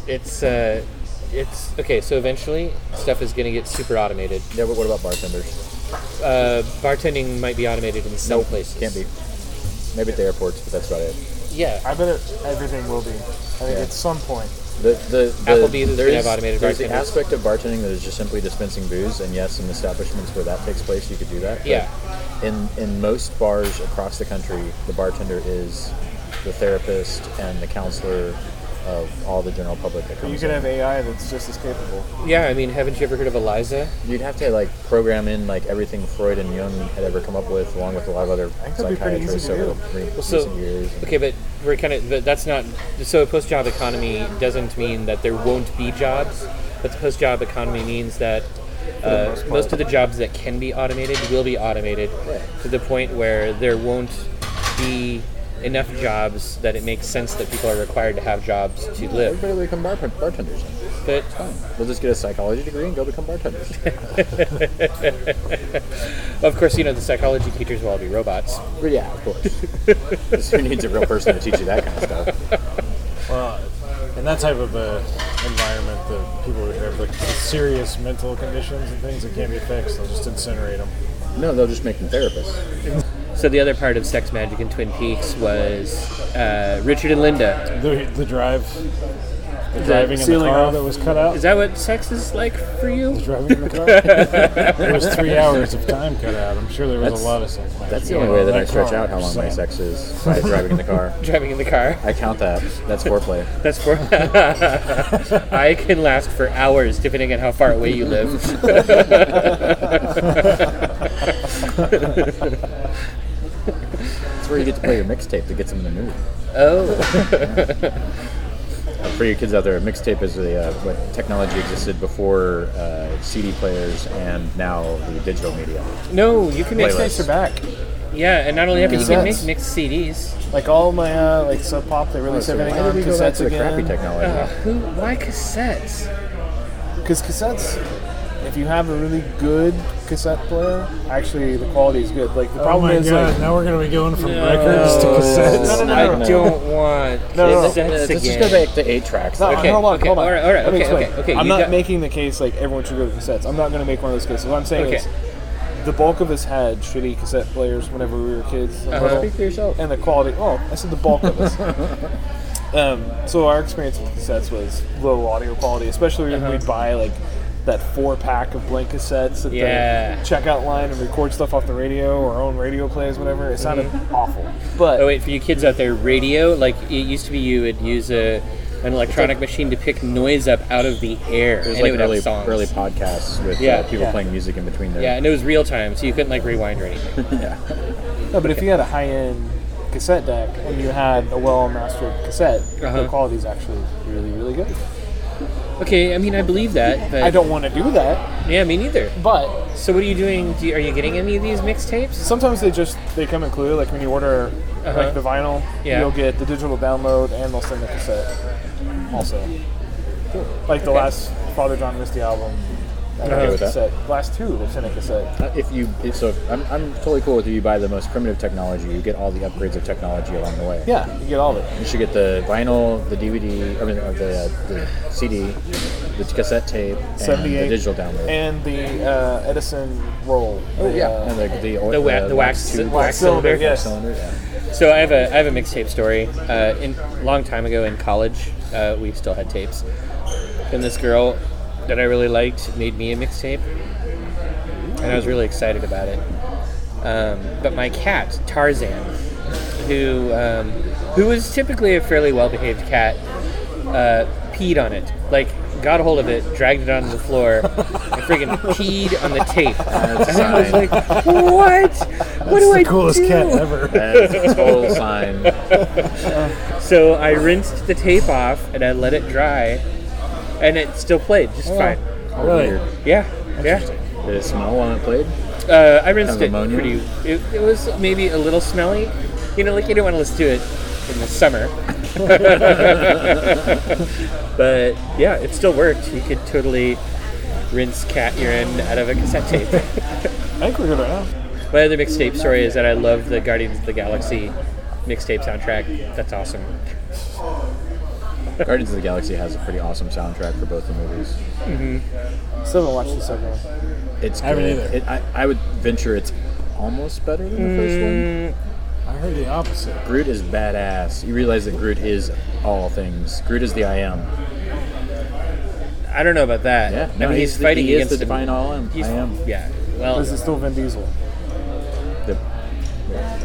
F: it's uh, it's okay. So eventually, stuff is going to get super automated.
E: Yeah, but what about bartenders?
F: Uh, bartending might be automated in some places.
E: Can't be. Maybe at the airports, but that's about it.
F: Yeah.
D: I bet it, everything will be. I think
E: Yeah.
D: at some point.
E: The, the, the,
F: Applebee's is gonna
E: there
F: have automated
E: there's the
F: bartenders.
E: aspect of bartending that is just simply dispensing booze, and yes, in establishments where that takes place, you could do that. but
F: Yeah.
E: In in most bars across the country, the bartender is the therapist and the counselor of all the general public that comes.
D: You could
E: in.
D: have AI that's just as capable.
F: Yeah. I mean, haven't you ever heard of Eliza?
E: You'd have to like program in like everything Freud and Jung had ever come up with, along with a lot of other
D: think that'd be pretty easy
E: psychiatrists
D: to
E: over
D: do.
E: re- recent
F: so-
E: years. and-
F: Okay, but we're kind of but that's not so. A post-job economy doesn't mean that there won't be jobs, but the post-job economy means that uh, most of the jobs that can be automated will be automated to the point where there won't be enough jobs that it makes sense that people are required to have jobs to live.
E: Everybody will become bar- bartenders.
F: But
E: We'll just get a psychology degree and go become bartenders.
F: of course, you know the psychology teachers will all be robots.
E: But yeah, of course. 'Cause who needs a real person to teach you that kind of stuff?
H: Well, in that type of uh, environment, the people who have like serious mental conditions and things that can't be fixed, they'll just incinerate them.
E: No, they'll just make them therapists.
F: So the other part of Sex Magic and Twin Peaks was uh, Richard and Linda.
H: The, the drive, the driving in the car that was cut out.
F: Is that what sex is like for you?
H: driving in the car. there was three hours of time cut out. I'm sure there was
E: That's-
H: a lot of stuff.
E: That's the only way that I stretch out how long my sex is by driving in the car.
F: driving in the car.
E: I count that. That's foreplay.
F: That's for. I can last for hours depending on how far away you live.
E: That's where you get to play your mixtape that gets them in the mood.
F: oh,
E: Uh, for your kids out there, mixtape is the uh, what technology existed before uh, CD players and now the digital media.
F: no, you can make.
E: Playlist.
D: Tapes are back.
F: Yeah, and not only that, but you can make
D: Cassettes.
F: mixed CDs.
D: Like all my uh, like sub pop, they release
E: So why
D: everything
E: did
D: on
E: we go back
D: cassettes
E: to the Uh-huh. crappy
D: again.
E: technology?
F: Uh, who? Why cassettes?
D: Because cassettes, if you have a really good cassette player, actually the quality is good. Like the
H: Oh
D: problem
H: my
D: is
H: god!
D: like
H: now we're gonna be going from records to cassettes.
E: No, no, no, no.
F: I don't want
D: No, no, no.
F: cassettes
E: Let's just
F: again.
E: go back to eight tracks.
D: No,
F: Okay,
D: hold on,
F: okay,
D: hold on.
F: all right, all right,
D: Let me
F: okay,
D: explain.
F: okay, okay,
D: I'm
F: you
D: not
F: got-
D: making the case like everyone should go to cassettes. I'm not going to make one of those cases. What I'm saying
F: Okay.
D: is, the bulk of us had shitty cassette players whenever we were kids.
F: Uh-huh.
E: Speak for yourself.
D: and the quality. Oh, I said the bulk of us. um, so our experience with cassettes was low audio quality, especially
F: Uh-huh.
D: when we'd buy like that four pack of blank cassettes at
F: Yeah.
D: the checkout line and record stuff off the radio or our own radio plays, whatever. It sounded awful. But
F: Oh wait, for you kids out there, radio. Like it used to be, you would use a an electronic machine to pick noise up out of the air,
E: There's
F: and it
E: like
F: would
E: early,
F: have songs.
E: early podcasts with
F: Yeah.
E: uh, people playing music in between their
F: yeah, and it was real time, so you couldn't like rewind or anything.
D: no, but if you had a high end cassette deck and you had a well mastered cassette,
F: Uh-huh.
D: the quality is actually really, really good.
F: Okay, I mean, I believe that, but
D: I don't want to do that,
F: Yeah, me neither.
D: but
F: So, what are you doing? Do you, are you getting any of these mixtapes?
D: Sometimes they just they come included. Like when you order
F: Uh-huh.
D: like the vinyl,
F: Yeah.
D: you'll get the digital download and they'll send the cassette. Also, like the last Father John Misty album, I got
E: okay
D: a
E: with that.
D: cassette. Last two they sent a cassette.
E: Uh, If you if, so, if- I'm, I'm totally cool with you buy the most primitive technology. You get all the upgrades of technology along the way.
D: Yeah, you get all of it.
E: You should get the vinyl, the DVD, I mean, uh, the, uh, the CD, the cassette tape, and the
D: 78
E: digital download.
D: And the uh, Edison roll.
E: Oh, yeah,
D: uh,
E: and the the,
F: The, wa- the wax,
E: tube
F: wax
D: cylinder,
F: cylinder.
D: yeah. yes.
E: cylinder. Yeah.
F: So I have a I have a mixtape story. Uh, in a long time ago in college, uh, we still had tapes, and this girl that I really liked made me a mixtape, and I was really excited about it. Um, but my cat Tarzan, who um, who was typically a fairly well-behaved cat, uh, peed on it. Like, got a hold of it, dragged it onto the floor, and freaking peed on the tape. And I was like, what? what do
H: the
F: I
H: coolest
F: do?
H: cat ever.
E: That's a total sign.
F: So I rinsed the tape off and I let it dry, and it still played
H: Oh,
F: just fine.
H: really?
F: Yeah, yeah.
E: Did it smell while it played?
F: Uh, I rinsed
E: Kind of
F: it
E: ammonia?
F: pretty. It, it was maybe a little smelly. You know, like you don't want to listen to it in the summer. but yeah, it still worked. You could totally rinse cat urine out of a cassette tape.
H: I think we're good right now.
F: My other mixtape story is that I love the Guardians of the Galaxy mixtape soundtrack. That's awesome.
E: Guardians of the Galaxy has a pretty awesome soundtrack for both the movies.
D: Mm-hmm. Still haven't watched the second one.
E: It's
H: haven't
E: good.
H: either.
E: It, I, I would venture it's almost better than the first one.
H: I heard the opposite.
E: Groot is badass. You realize that Groot is all things. Groot is the I am.
F: I don't know about that.
E: Yeah,
F: I
E: no,
F: mean, he's,
E: he's the-
F: fighting
E: he is
F: against
E: the
F: the-
E: divine all am.
F: He's,
E: I am.
F: Yeah. Well,
D: Is it still Vin Diesel?
E: The,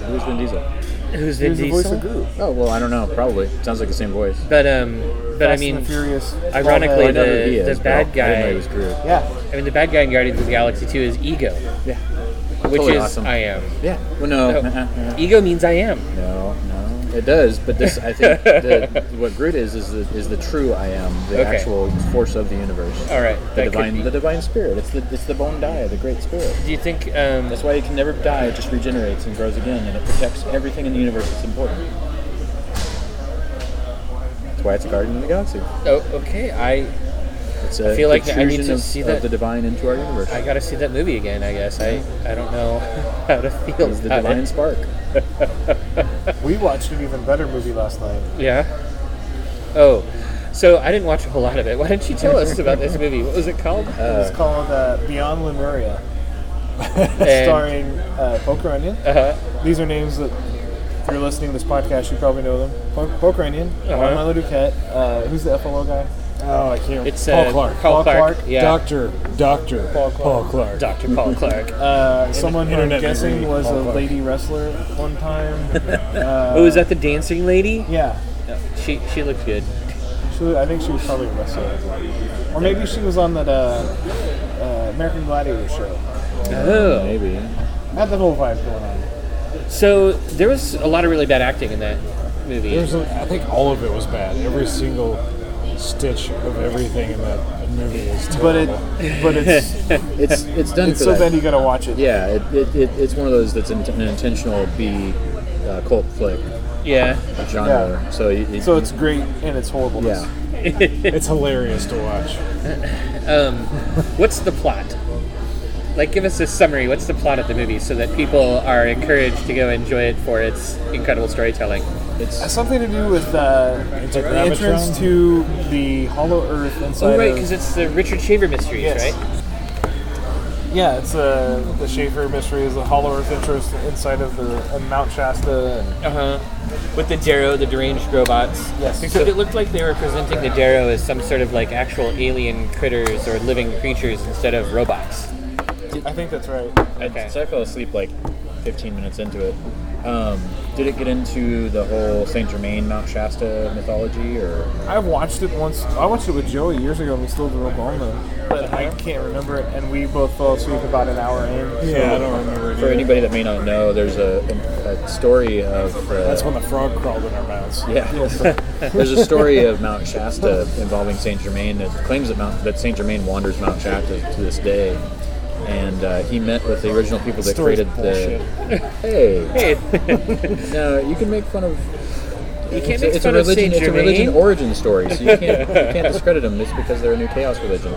E: who's Vin Diesel?
F: who's Vin
D: the voice
F: Diesel?
D: of Groot.
E: Oh well, I don't know. Probably sounds like the same voice.
F: But um, but I
D: Fast
F: mean,
D: and the Furious.
F: ironically,
E: I know who he
F: the,
E: is,
F: the
E: but I
F: bad
E: didn't know he
F: guy.
E: was Groot.
D: Yeah.
F: I mean, the bad guy in Guardians of the Galaxy 2 is Ego,
E: Yeah,
F: which
E: Totally
F: is
E: awesome.
F: I am.
E: yeah. Well, no,
F: No.
E: uh-uh, uh-uh.
F: Ego means I am.
E: no, no. It does, but this I think the, what Groot is is the is the true I am, the
F: Okay.
E: actual force of the universe.
F: All right.
E: The
F: that could
E: divine,
F: be-
E: the divine spirit. It's the it's the bone die, the great spirit.
F: Do you think um,
E: That's why it can never die. It just regenerates and grows again, and it protects everything in the universe that's important. That's why it's a guardian of the galaxy.
F: Oh, okay. I
E: It's a
F: I feel like I need
E: protrusion
F: to
E: of,
F: see
E: of
F: that.
E: the divine into our universe.
F: I gotta see that movie again. I guess I I don't know how to feel
E: It's the
F: about
E: divine
F: it.
E: spark.
D: We watched an even better movie last night.
F: Yeah. Oh, so I didn't watch a whole lot of it. Why don't you tell us about this movie? What was it called?
D: It's called uh, Beyond Lemuria,
F: And-
D: starring uh, Poker Onion.
F: Uh-huh.
D: These are names that, if you're listening to this podcast, you probably know them. Po- Poker Onion,
F: Uh-huh.
D: Carmelo Duquette, uh, who's the FLO guy?
H: Oh, I can't.
F: It's
H: Paul
F: uh,
H: Clark.
F: Paul
D: Paul
F: Clark.
D: Clark.
F: Yeah.
H: Doctor, Doctor, Paul Clark.
F: Dr. Paul Clark.
D: Uh, someone who I'm
H: internet
D: guessing
H: movie,
D: was
H: Paul
D: a
H: Clark.
D: lady wrestler at one time.
F: oh, is that the dancing lady? Oh,
D: yeah.
F: She she looked good.
D: She, was- I think she was probably a wrestler. Or maybe she was on that uh, uh, American Gladiator show.
F: Oh.
E: Maybe.
D: Had that whole vibe going on.
F: So there was a lot of really bad acting in that movie.
H: There's a, I think all of it was bad. Every single stitch of everything in that movie is terrible.
D: But it, but it's,
E: It's it's done
D: it's
E: for
D: so
E: that.
D: bad you gotta watch it.
E: Yeah, it, it, it, it's one of those that's in, an intentional B uh, cult flick
F: yeah.
E: genre.
D: Yeah.
E: So you, you-
D: So it's great and it's horrible.
E: yeah.
H: it's hilarious to watch.
F: What's the plot? Like, give us a summary. What's the plot of the movie so that people are encouraged to go enjoy it for its incredible storytelling?
E: It's
D: Something to do with uh, the
H: Anti-gravitron?
D: entrance to the Hollow Earth inside.
F: Oh, right,
D: of-
F: because it's the Richard Shaver mysteries,
D: Yes.
F: right?
D: yeah, it's uh, the Schaefer mystery is the Hollow Earth entrance inside of the and Mount Shasta. And,
F: Uh huh. With the Darrow, the deranged robots.
D: Yes.
F: Except it looked like they were presenting the Darrow as some sort of like actual alien critters or living creatures instead of robots.
D: I think that's right.
F: Okay.
E: So I fell asleep like 15 minutes into it. Um, did it get into the whole Saint Germain Mount Shasta mythology, or
D: I've watched it once. I watched it with Joey years ago, and we still drove home though. But I can't remember it, and we both fell asleep about an hour in.
H: Yeah, I don't remember. it
E: for
H: either.
E: anybody that may not know, there's a, a story of uh,
H: That's when the frog crawled in our mouths.
E: Yeah. There's a story of Mount Shasta involving Saint Germain that claims that Mount that Saint Germain wanders Mount Shasta to this day, and uh, he met with the original people that
H: Story's
E: created the. Hey,
F: Hey,
E: no, you can make fun of.
F: you can't
E: it's,
F: make
E: a, it's
F: fun
E: a
F: of
E: religion.
F: Saint
E: It's a religion
F: Germain.
E: origin story, so you can't you can't discredit them. It's because they're a new chaos religion.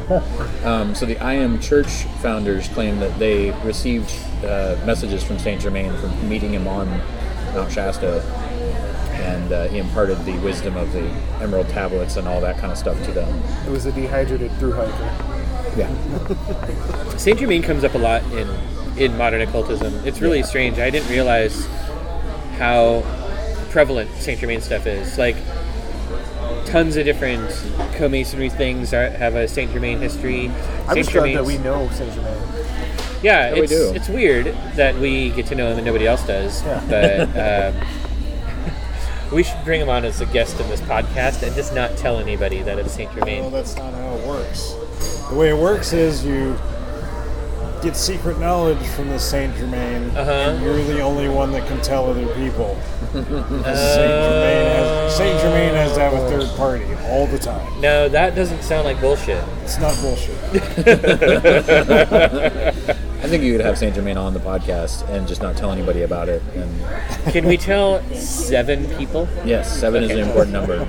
E: Um, so the I Am Church founders claim that they received uh, messages from Saint Germain from meeting him on Mount Shasta, and uh, he imparted the wisdom of the Emerald Tablets and all that kind of stuff to them.
D: It was a dehydrated through hiker.
E: Yeah,
F: Saint Germain comes up a lot in in modern occultism. It's really strange. I didn't realize how prevalent Saint Germain stuff is. Like tons of different co-masonry things are, have a Saint Germain
D: I
F: history. Saint
D: was glad that
F: Germain's,
D: we know Saint Germain.
F: yeah,
E: we
F: it's,
E: do.
F: it's weird that we get to know him and nobody else does.
D: Yeah.
F: But um, We should bring him on as a guest in this podcast and just not tell anybody that it's Saint
H: Well,
F: Germain.
H: that's not how it works. The way it works is you get secret knowledge from the Saint Germain.
F: Uh-huh.
H: and You're the only one that can tell other people. 'Cause Saint Germain has Saint Germain has to have
F: Oh.
H: a third party all the time.
F: No, that doesn't sound like bullshit.
H: It's not bullshit.
E: I think you could have Saint Germain on the podcast and just not tell anybody about it. And
F: Can we tell seven people?
E: yes, seven is an important number.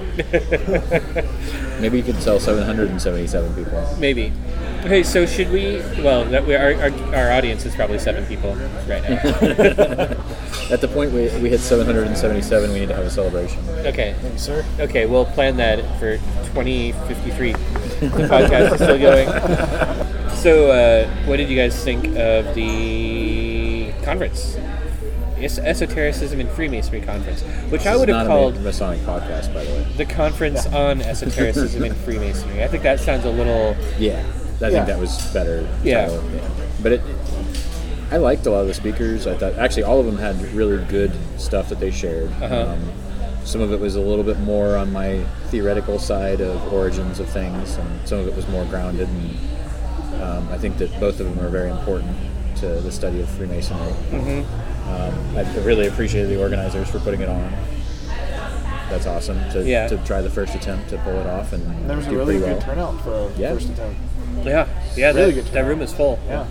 E: Maybe you could sell 777 people.
F: Maybe. Okay, so should we? Well, that we, our, our, our audience is probably seven people right now.
E: At the point we, we hit 777, we need to have a celebration.
F: Okay,
H: Sir,
F: okay, we'll plan that for 2053. The podcast is still going. So, uh, what did you guys think of the conference? Es- Esotericism and Freemasonry conference, which I
E: This is
F: would
E: not
F: have
E: a
F: called
E: Masonic podcast, by the way.
F: the conference on esotericism and Freemasonry. I think that sounds a little
E: Yeah, I
H: Yeah.
E: think that was better.
F: Yeah.
E: title, yeah. But it, I liked a lot of the speakers. I thought actually all of them had really good stuff that they shared.
F: Uh-huh.
E: Um, some of it was a little bit more on my theoretical side of origins of things, and some of it was more grounded. And um, I think that both of them are very important to the study of Freemasonry.
F: Mm-hmm.
E: Um, I really appreciated the organizers for putting it on. That's awesome to,
F: Yeah.
E: to try the first attempt to pull it off and
D: There was a
E: do
D: really
E: pretty
D: good
E: well.
D: turnout for a
E: Yeah.
D: first attempt.
F: yeah yeah
D: Really
F: that,
D: good
F: that room is full
D: Yeah.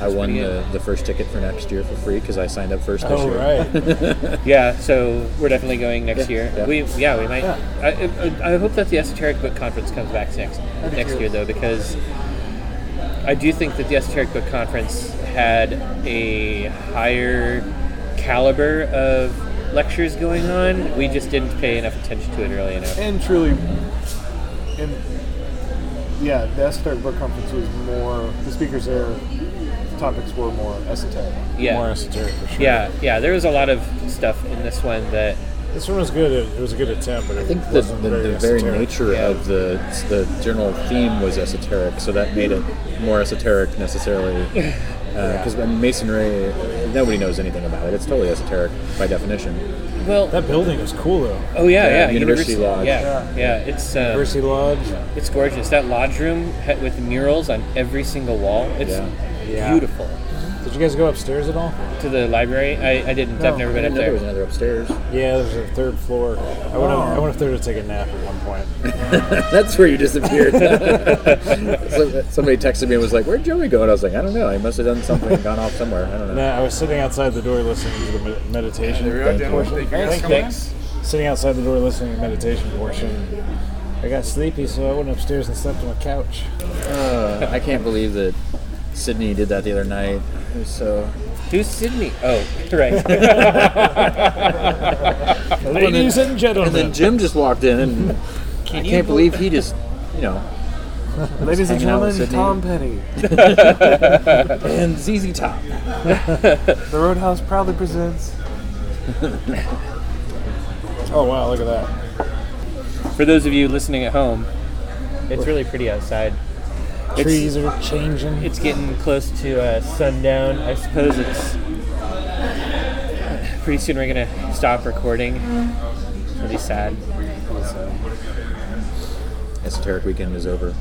E: I won
F: pretty
E: the,
F: good.
E: the first ticket for next year for free because I signed up first this
H: all
E: year.
H: Oh, right.
F: Yeah, so we're definitely going next year.
E: yeah.
F: We yeah we might. I, I, I hope that the Esoteric Book Conference comes back next next year though because I do think that the Esoteric Book Conference had a higher caliber of lectures going on. We just didn't pay enough attention to it early enough.
D: And truly, and yeah, the esoteric book conference was more. The speakers there, topics were more esoteric.
F: Yeah.
H: More esoteric for sure.
F: Yeah, yeah. There was a lot of stuff in this one that
H: This one was good. It, it was a good attempt, but it
E: I think the,
H: wasn't
E: the,
H: very
E: the very
H: esoteric.
E: nature
F: Yeah.
E: of the the general theme was esoteric, so that made it more esoteric necessarily. uh, Because masonry, nobody knows anything about it. It's totally esoteric by definition.
F: well.
H: That building is cool though.
F: Oh yeah, yeah,
E: Yeah, University Lodge.
F: Yeah, yeah, it's um,
H: Mercy Lodge.
F: It's gorgeous. That lodge room ha- with murals on every single wall. It's
H: Yeah.
F: beautiful.
H: Did you guys go upstairs at all?
F: To the library, I, I didn't. I've never been
E: I
F: up
E: didn't know there
F: there.
E: was another upstairs.
H: Yeah, there's a third floor. I went, up, I went up there to take a nap at one point.
E: That's where you disappeared. So- Somebody texted me and was like, "Where'd Joey go?" And I was like, "I don't know. He must have done something, gone off somewhere. I don't know."
H: No, I was sitting outside the door listening to the med- meditation. portion.
F: Thanks.
H: Sitting outside the door listening to the meditation portion. I got sleepy, so I went upstairs and slept on a couch.
E: Uh, I can't believe that Sydney did that the other night. It was so
F: Who's Sydney? Oh, right.
H: Ladies and gentlemen,
E: And then Jim just walked in, and I
F: you
E: can't believe he just, you know,
D: Ladies and
E: hanging out with
D: gentlemen, Tom Petty.
E: and ZZ Top.
D: The Roadhouse proudly presents.
H: oh wow, look at that.
F: For those of you listening at home, it's really pretty outside.
H: Trees are changing.
F: It's getting close to uh, sundown. I suppose it's pretty soon we're gonna stop recording. Really sad.
E: Esoteric weekend is over.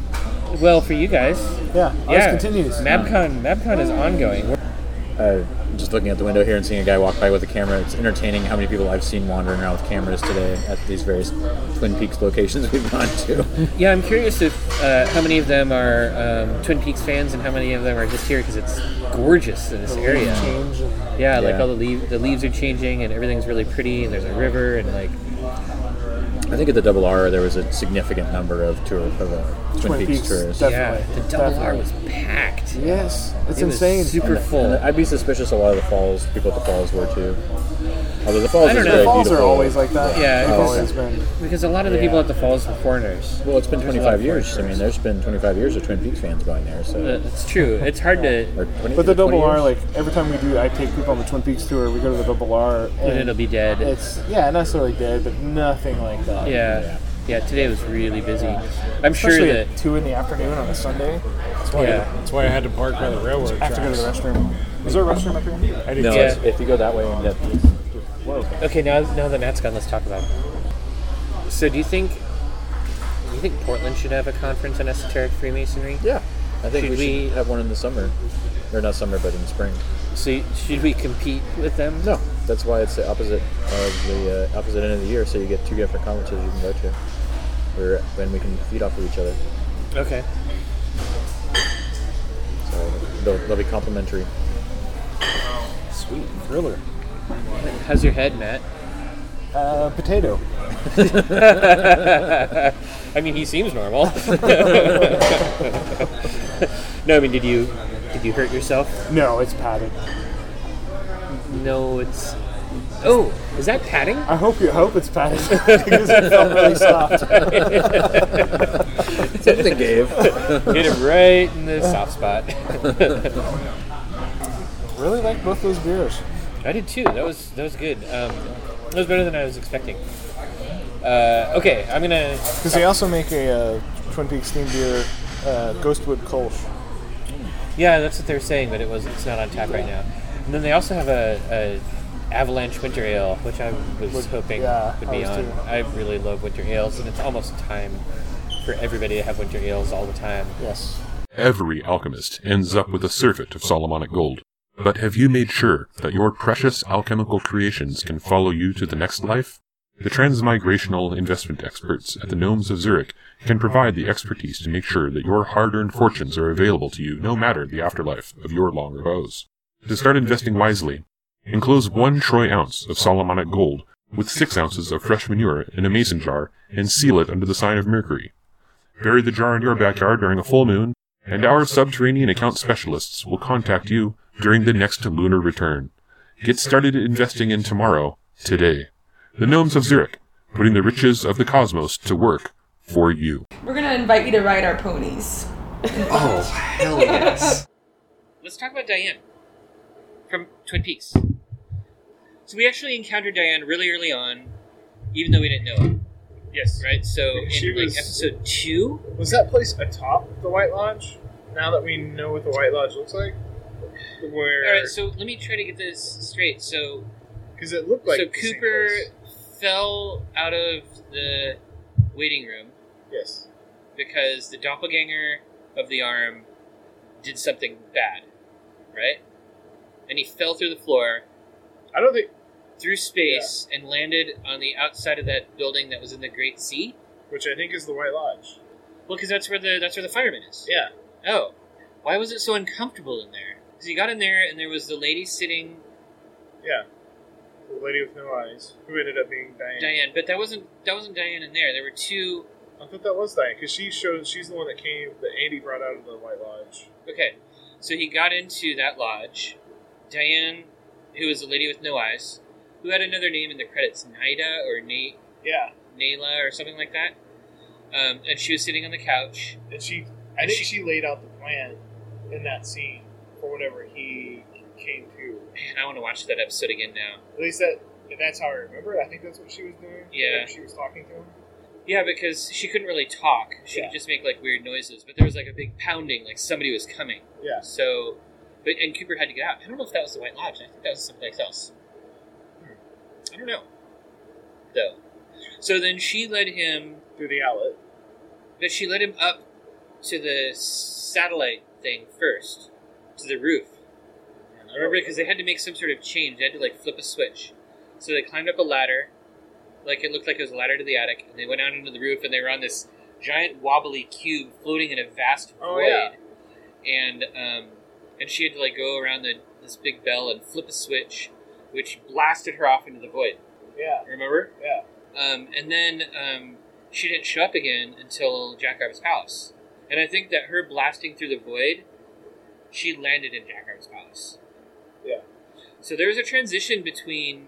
F: Well, for you guys,
D: Yeah, ours
F: yeah.
D: continues.
F: MabCon, MabCon is ongoing.
E: Uh, just looking at the window here and seeing a guy walk by with a camera. It's entertaining how many people I've seen wandering around with cameras today at these various Twin Peaks locations we've gone to.
F: Yeah, I'm curious if uh, how many of them are um, Twin Peaks fans and how many of them are just here because it's gorgeous in this area. Yeah, like
E: Yeah.
F: all the leaves, the leaves are changing and everything's really pretty and there's a river and like
E: I think at the Double R there was a significant number of tour of uh, Twin,
D: Twin
E: Peaks,
D: Peaks.
E: tourists.
D: Def-
F: yeah,
D: Definitely,
F: the double R
D: definitely.
F: was packed.
D: Yes, it's
F: It was
D: insane. Oh.
F: super full.
E: And I'd be suspicious a lot of the falls, people at the falls were too. Although the falls
F: I don't
E: is
F: know.
E: very
D: the falls are
E: beautiful.
D: always like that.
F: Yeah,
D: They've
F: it's-
D: always been.
F: because a lot of the people at the falls were foreigners.
E: Well, it's been
F: There's a lot of
E: 25 years. I
F: foreigners.
E: mean, there's been 25 years of Twin Peaks fans going there. So,
F: Uh, it's true. It's hard to.
E: or 20,
D: But the
E: 20
D: double R,
E: years.
D: like every time we do, I take people on the Twin Peaks tour. We go to the double R,
F: And it'll
D: and
F: be dead.
D: it's yeah, not necessarily dead, but nothing like that.
F: Yeah, yeah. Today was really busy. I'm
D: Especially
F: sure that.
D: at two in the afternoon on a Sunday.
H: That's why,
F: yeah.
H: that's why I had to park by the railroad
D: I have
H: tracks.
D: to go to the restroom. Is there a restroom up here?
H: I do
E: No,
H: too.
E: it's- if you go that way, and that,
K: close.
F: Okay, now now that Matt's gone, let's talk about it. So, do you think do you think Portland should have a conference on esoteric Freemasonry?
E: Yeah, I think
F: Should
E: we,
F: we-
E: should have one in the summer, or not summer, but in spring.
F: So, should we compete with them?
E: No, that's why it's the opposite of the uh, opposite end of the year. So you get two different conferences you can go to, where when we can feed off of each other.
F: Okay.
E: So they'll, they'll be complimentary.
K: Sweet thriller.
F: How's your head, Matt?
D: Uh, potato.
F: I mean, he seems normal. no, I mean, did you did you hurt yourself?
D: No, it's padded.
F: No, it's. Oh, is that padding?
D: I hope you hope it's padded because it felt really soft.
E: Something gave.
F: Hit him right in the soft spot.
D: Really like both those beers.
F: I did too. That was that was good. Um, that was better than I was expecting. Uh, okay, I'm gonna.
D: Because they also make a uh, Twin Peaks themed beer, uh, Ghostwood Kolsch.
F: Yeah, that's what they were saying, but it was it's not on tap right now. And then they also have a, a Avalanche Winter Ale, which I was hoping
D: yeah,
F: would
D: I
F: be
D: was
F: on.
D: too.
F: I really love winter ales, and it's almost time for everybody to have winter ales all the time.
D: Yes.
H: Every alchemist ends up with a surfeit of Solomonic gold. But have you made sure that your precious alchemical creations can follow you to the next life? The transmigrational investment experts at the Gnomes of Zurich can provide the expertise to make sure that your hard earned fortunes are available to you no matter the afterlife of your long repose. To start investing wisely, enclose one troy ounce of Solomonic gold with six ounces of fresh manure in a mason jar and seal it under the sign of Mercury. Bury the jar in your backyard during a full moon, and our subterranean account specialists will contact you during the next lunar return. Get started investing in tomorrow, today. The Gnomes of Zurich, putting the riches of the cosmos to work for you.
J: We're gonna invite you to ride our ponies.
L: Oh, hell yes.
F: Let's talk about Diane from Twin Peaks. So we actually encountered Diane really early on, even though we didn't know her,
M: Yes.
F: right? So in
M: She
F: like
M: was-
F: episode two,
M: Was that place atop the White Lodge? Now that we know what the White Lodge looks like, where
F: All right, so let me try to get this straight. So,
M: because it looked like
F: so
M: the same
F: Cooper
M: place.
F: fell out of the waiting room
M: Yes.
F: because the doppelganger of the arm did something bad, right? And he fell through the floor,
M: I don't think
F: through space, and landed on the outside of that building that was in the Great Sea.
M: which I think is the White Lodge.
F: Well, because that's where the that's where the fireman is.
M: Yeah.
F: Oh, why was it so uncomfortable in there? Because he got in there and there was the lady sitting
M: Yeah. The lady with no eyes, who ended up being Diane.
F: Diane, but that wasn't that wasn't Diane in there. There were two
M: I thought that was Diane because she showed she's the one that came that Andy brought out of the White Lodge.
F: Okay, so he got into that lodge. Diane, who was the lady with no eyes, who had another name in the credits, Nida or Na-
M: Yeah,
F: Nayla or something like that. Um, and she was sitting on the couch.
M: and she I think she laid out the plan in that scene for whatever he came to.
F: Man, I want to watch that episode again now.
M: At least that that's how I remember it. I think that's what she was doing.
F: Yeah.
M: Like, she was talking to him.
F: Yeah, because she couldn't really talk. She
M: Yeah.
F: could just make like weird noises, but there was like a big pounding, like somebody was coming.
M: Yeah.
F: So, but and Cooper had to get out. I don't know if that was the White Lodge. I think that was someplace else. Hmm. I don't know, though. So then she led him
M: through the outlet.
F: But she led him up to the satellite thing first, to the roof. I remember because they had to make some sort of change. They had to like flip a switch. So they climbed up a ladder, like it looked like it was a ladder to the attic, and they went out into the roof, and they were on this giant wobbly cube floating in a vast
M: Oh,
F: void.
M: yeah.
F: And um, and she had to like go around the this big bell and flip a switch, which blasted her off into the void.
M: Yeah,
F: Remember?
M: yeah.
F: Um, and then um, she didn't show up again until Jackrabbit's palace. And I think that her blasting through the void, she landed in Jackrabbit's palace.
M: Yeah.
F: So there was a transition between.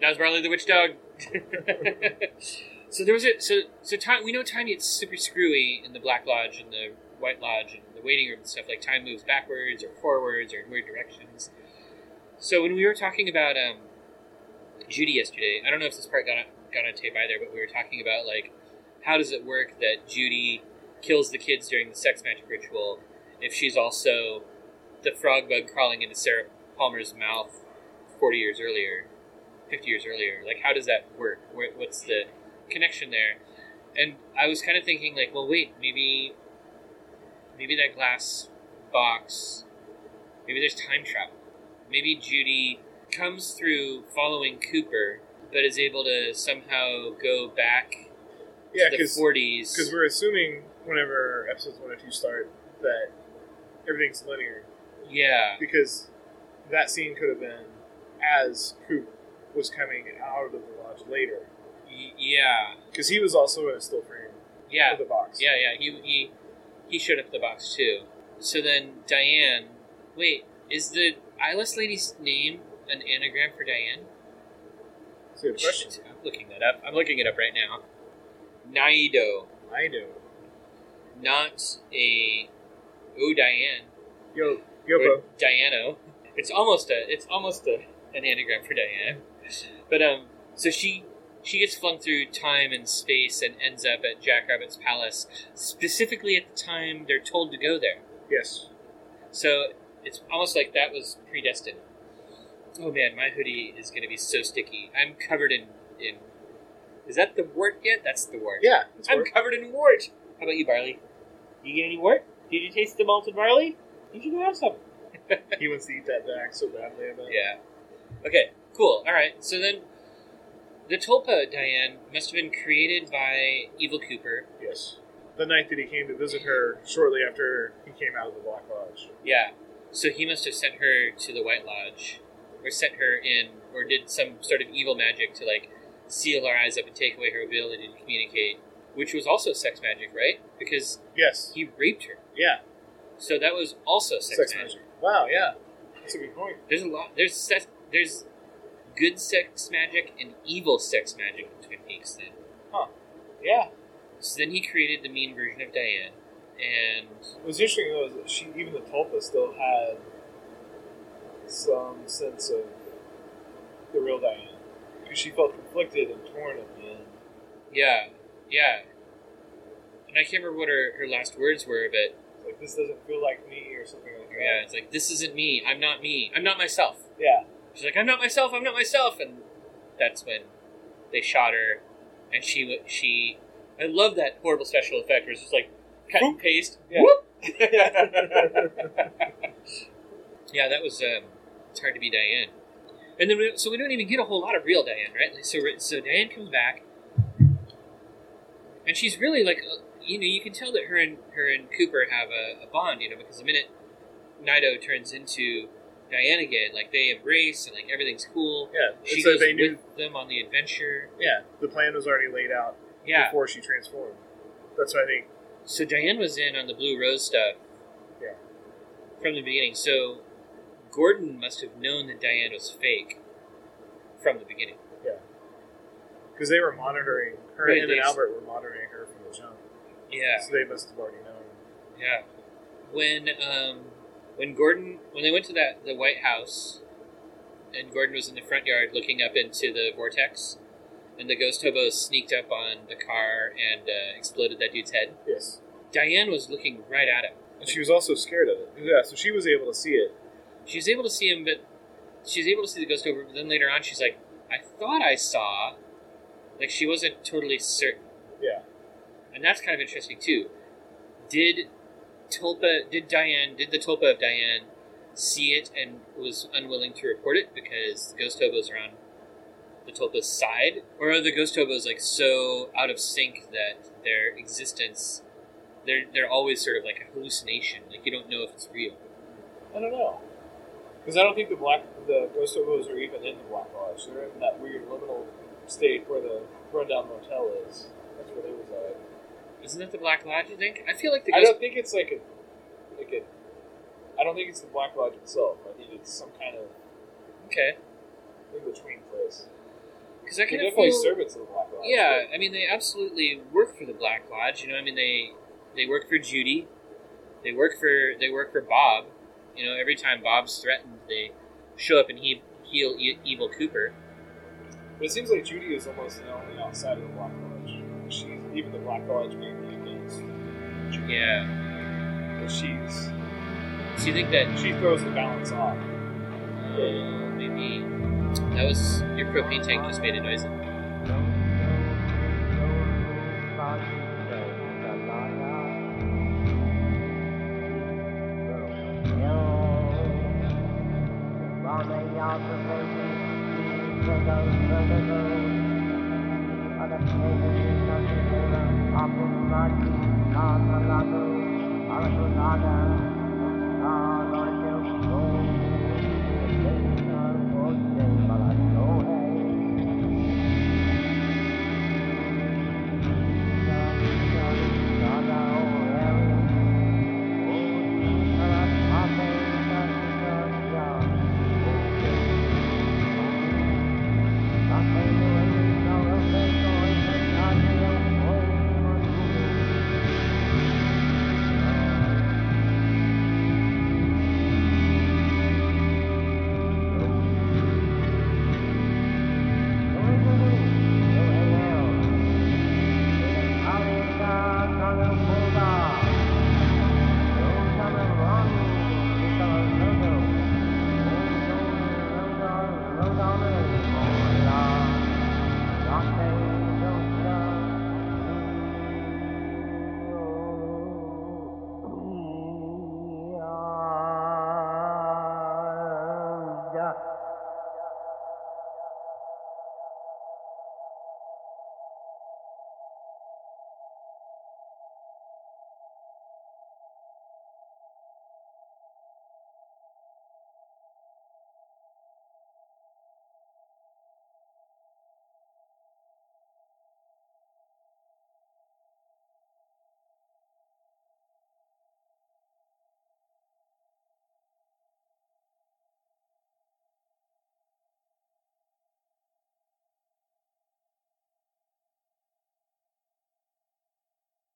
F: That was Riley the witch dog. so there was a so so time. We know time gets super screwy in the Black Lodge and the White Lodge and the waiting room and stuff. Like time moves backwards or forwards or in weird directions. So when we were talking about um, Judy yesterday. I don't know if this part got on, got on tape either, but we were talking about like how does it work that Judy kills the kids during the sex magic ritual if she's also the frog bug crawling into Sarah Palmer's mouth 40 years earlier, 50 years earlier? Like, how does that work? Where, what's the connection there? And I was kind of thinking, like, well, wait, maybe, maybe that glass box, maybe there's time travel. Maybe Judy comes through following Cooper, but is able to somehow go back
M: Yeah,
F: to the 40s.
M: Because we're assuming whenever episodes one and two start that everything's linear.
F: Yeah.
M: Because that scene could have been as Coop was coming out of the lodge later.
F: yeah.
M: Because he was also in a still frame.
F: yeah,
M: of the box.
F: Yeah, yeah. He he he showed up the box too. So then Diane, wait, is the eyeless lady's name an anagram for Diane?
M: That's a good question.
F: Shit, I'm looking that up. I'm looking it up right now. Naido,
M: Naido,
F: not a oh Diane.
M: Yo, Yopo.
F: Or Diano. It's almost a. It's almost a, an anagram for Diana. But um, so she she gets flung through time and space and ends up at Jackrabbit's palace, specifically at the time they're told to go there.
M: Yes.
F: So it's almost like that was predestined. Oh man, my hoodie is going to be so sticky. I'm covered in in. Is that the wart yet? That's the wart.
M: Yeah, it's
F: I'm
M: wart.
F: covered in wart. How about you, barley? You get any wart? Did you taste the malted barley? You should go have some.
M: he wants to eat that back so badly. I bet.
F: Yeah. Okay, cool. All right. So then the Tulpa, Diane, must have been created by Evil Cooper.
M: Yes. The night that he came to visit her, shortly after he came out of the Black Lodge.
F: Yeah. So he must have sent her to the White Lodge or sent her in or did some sort of evil magic to like seal her eyes up and take away her ability to communicate, which was also sex magic, right? Because
M: yes,
F: he raped her.
M: Yeah.
F: So that was also sex,
M: Sex
F: magic.
M: Wow. Yeah. That's a good point.
F: There's a lot. There's sex, there's good sex magic and evil sex magic in Twin Peaks. Then,
M: Huh. Yeah.
F: So then he created the mean version of Diane, and
M: What's interesting though is that she, even the Tulpa, still had some sense of the real Diane, because she felt conflicted and torn at the end.
F: yeah, yeah. And I can't remember what her, her last words were, but
M: Like this doesn't feel like me, or something like that.
F: yeah, it's like this isn't me. I'm not me. I'm not myself.
M: Yeah.
F: She's like, I'm not myself. I'm not myself. And that's when they shot her, and she wa- she. I love that horrible special effect where it's just like cut and paste. Whoop. yeah, that was. Um, it's hard to be Diane. And then, we, so we don't even get a whole lot of real Diane, right? Like, So, re- so Diane comes back, and she's really like, uh, you know, you can tell that her and her and Cooper have a, a bond, you know, because the minute Nido turns into Diane again, like they embrace and like everything's cool.
M: Yeah,
F: she
M: it's like
F: goes
M: they knew-
F: with them on the adventure.
M: Yeah. The plan was already laid out
F: Yeah.
M: before she transformed. That's what I think.
F: So Diane was in on the Blue Rose stuff
M: Yeah.
F: from the beginning. So Gordon must have known that Diane was fake from the beginning.
M: Yeah. Because they were monitoring her.
F: Right,
M: him
F: they-
M: and Albert were monitoring her from the jump.
F: Yeah.
M: So they must have already known.
F: Yeah. When um, when Gordon when they went to that the White House, and Gordon was in the front yard looking up into the vortex, and the ghost hobo sneaked up on the car and uh, exploded that dude's head.
M: Yes.
F: Diane was looking right at him.
M: And she was also scared of it. Yeah. So she was able to see it.
F: She was able to see him, but she was able to see the ghost hobo. But then later on, she's like, "I thought I saw," like she wasn't totally certain.
M: Yeah.
F: and that's kind of interesting too. Did Tulpa, did Diane, did the Tulpa of Diane see it and was unwilling to report it because the ghost hobos are on the Tulpa's side, or are the ghost hobos like so out of sync that their existence, they're they're always sort of like a hallucination, like you don't know if it's real.
M: I don't know. Because I don't think the black the ghost hobos are even in the Black Lodge. They're in that weird liminal state where the rundown motel is. That's where they was at.
F: Isn't that the Black Lodge? You think? I feel like the
M: I
F: ghost.
M: don't think it's like a like a. I don't think it's the Black Lodge itself. I think it's some kind of
F: okay,
M: in between place.
F: because I
M: They're
F: can
M: definitely
F: feel,
M: servants of the Black Lodge.
F: Yeah, I mean they absolutely work for the Black Lodge. You know, I mean they they work for Judy, they work for they work for Bob. You know, every time Bob's threatened, they show up and he heal e- evil Cooper.
M: But it seems like Judy is almost the only outside of the Black Lodge. She's even the Black Lodge being against.
F: Yeah.
M: But she's
F: So you think that
M: she throws the balance off.
F: uh, maybe That was your propane tank just made a noise.
J: Thank you.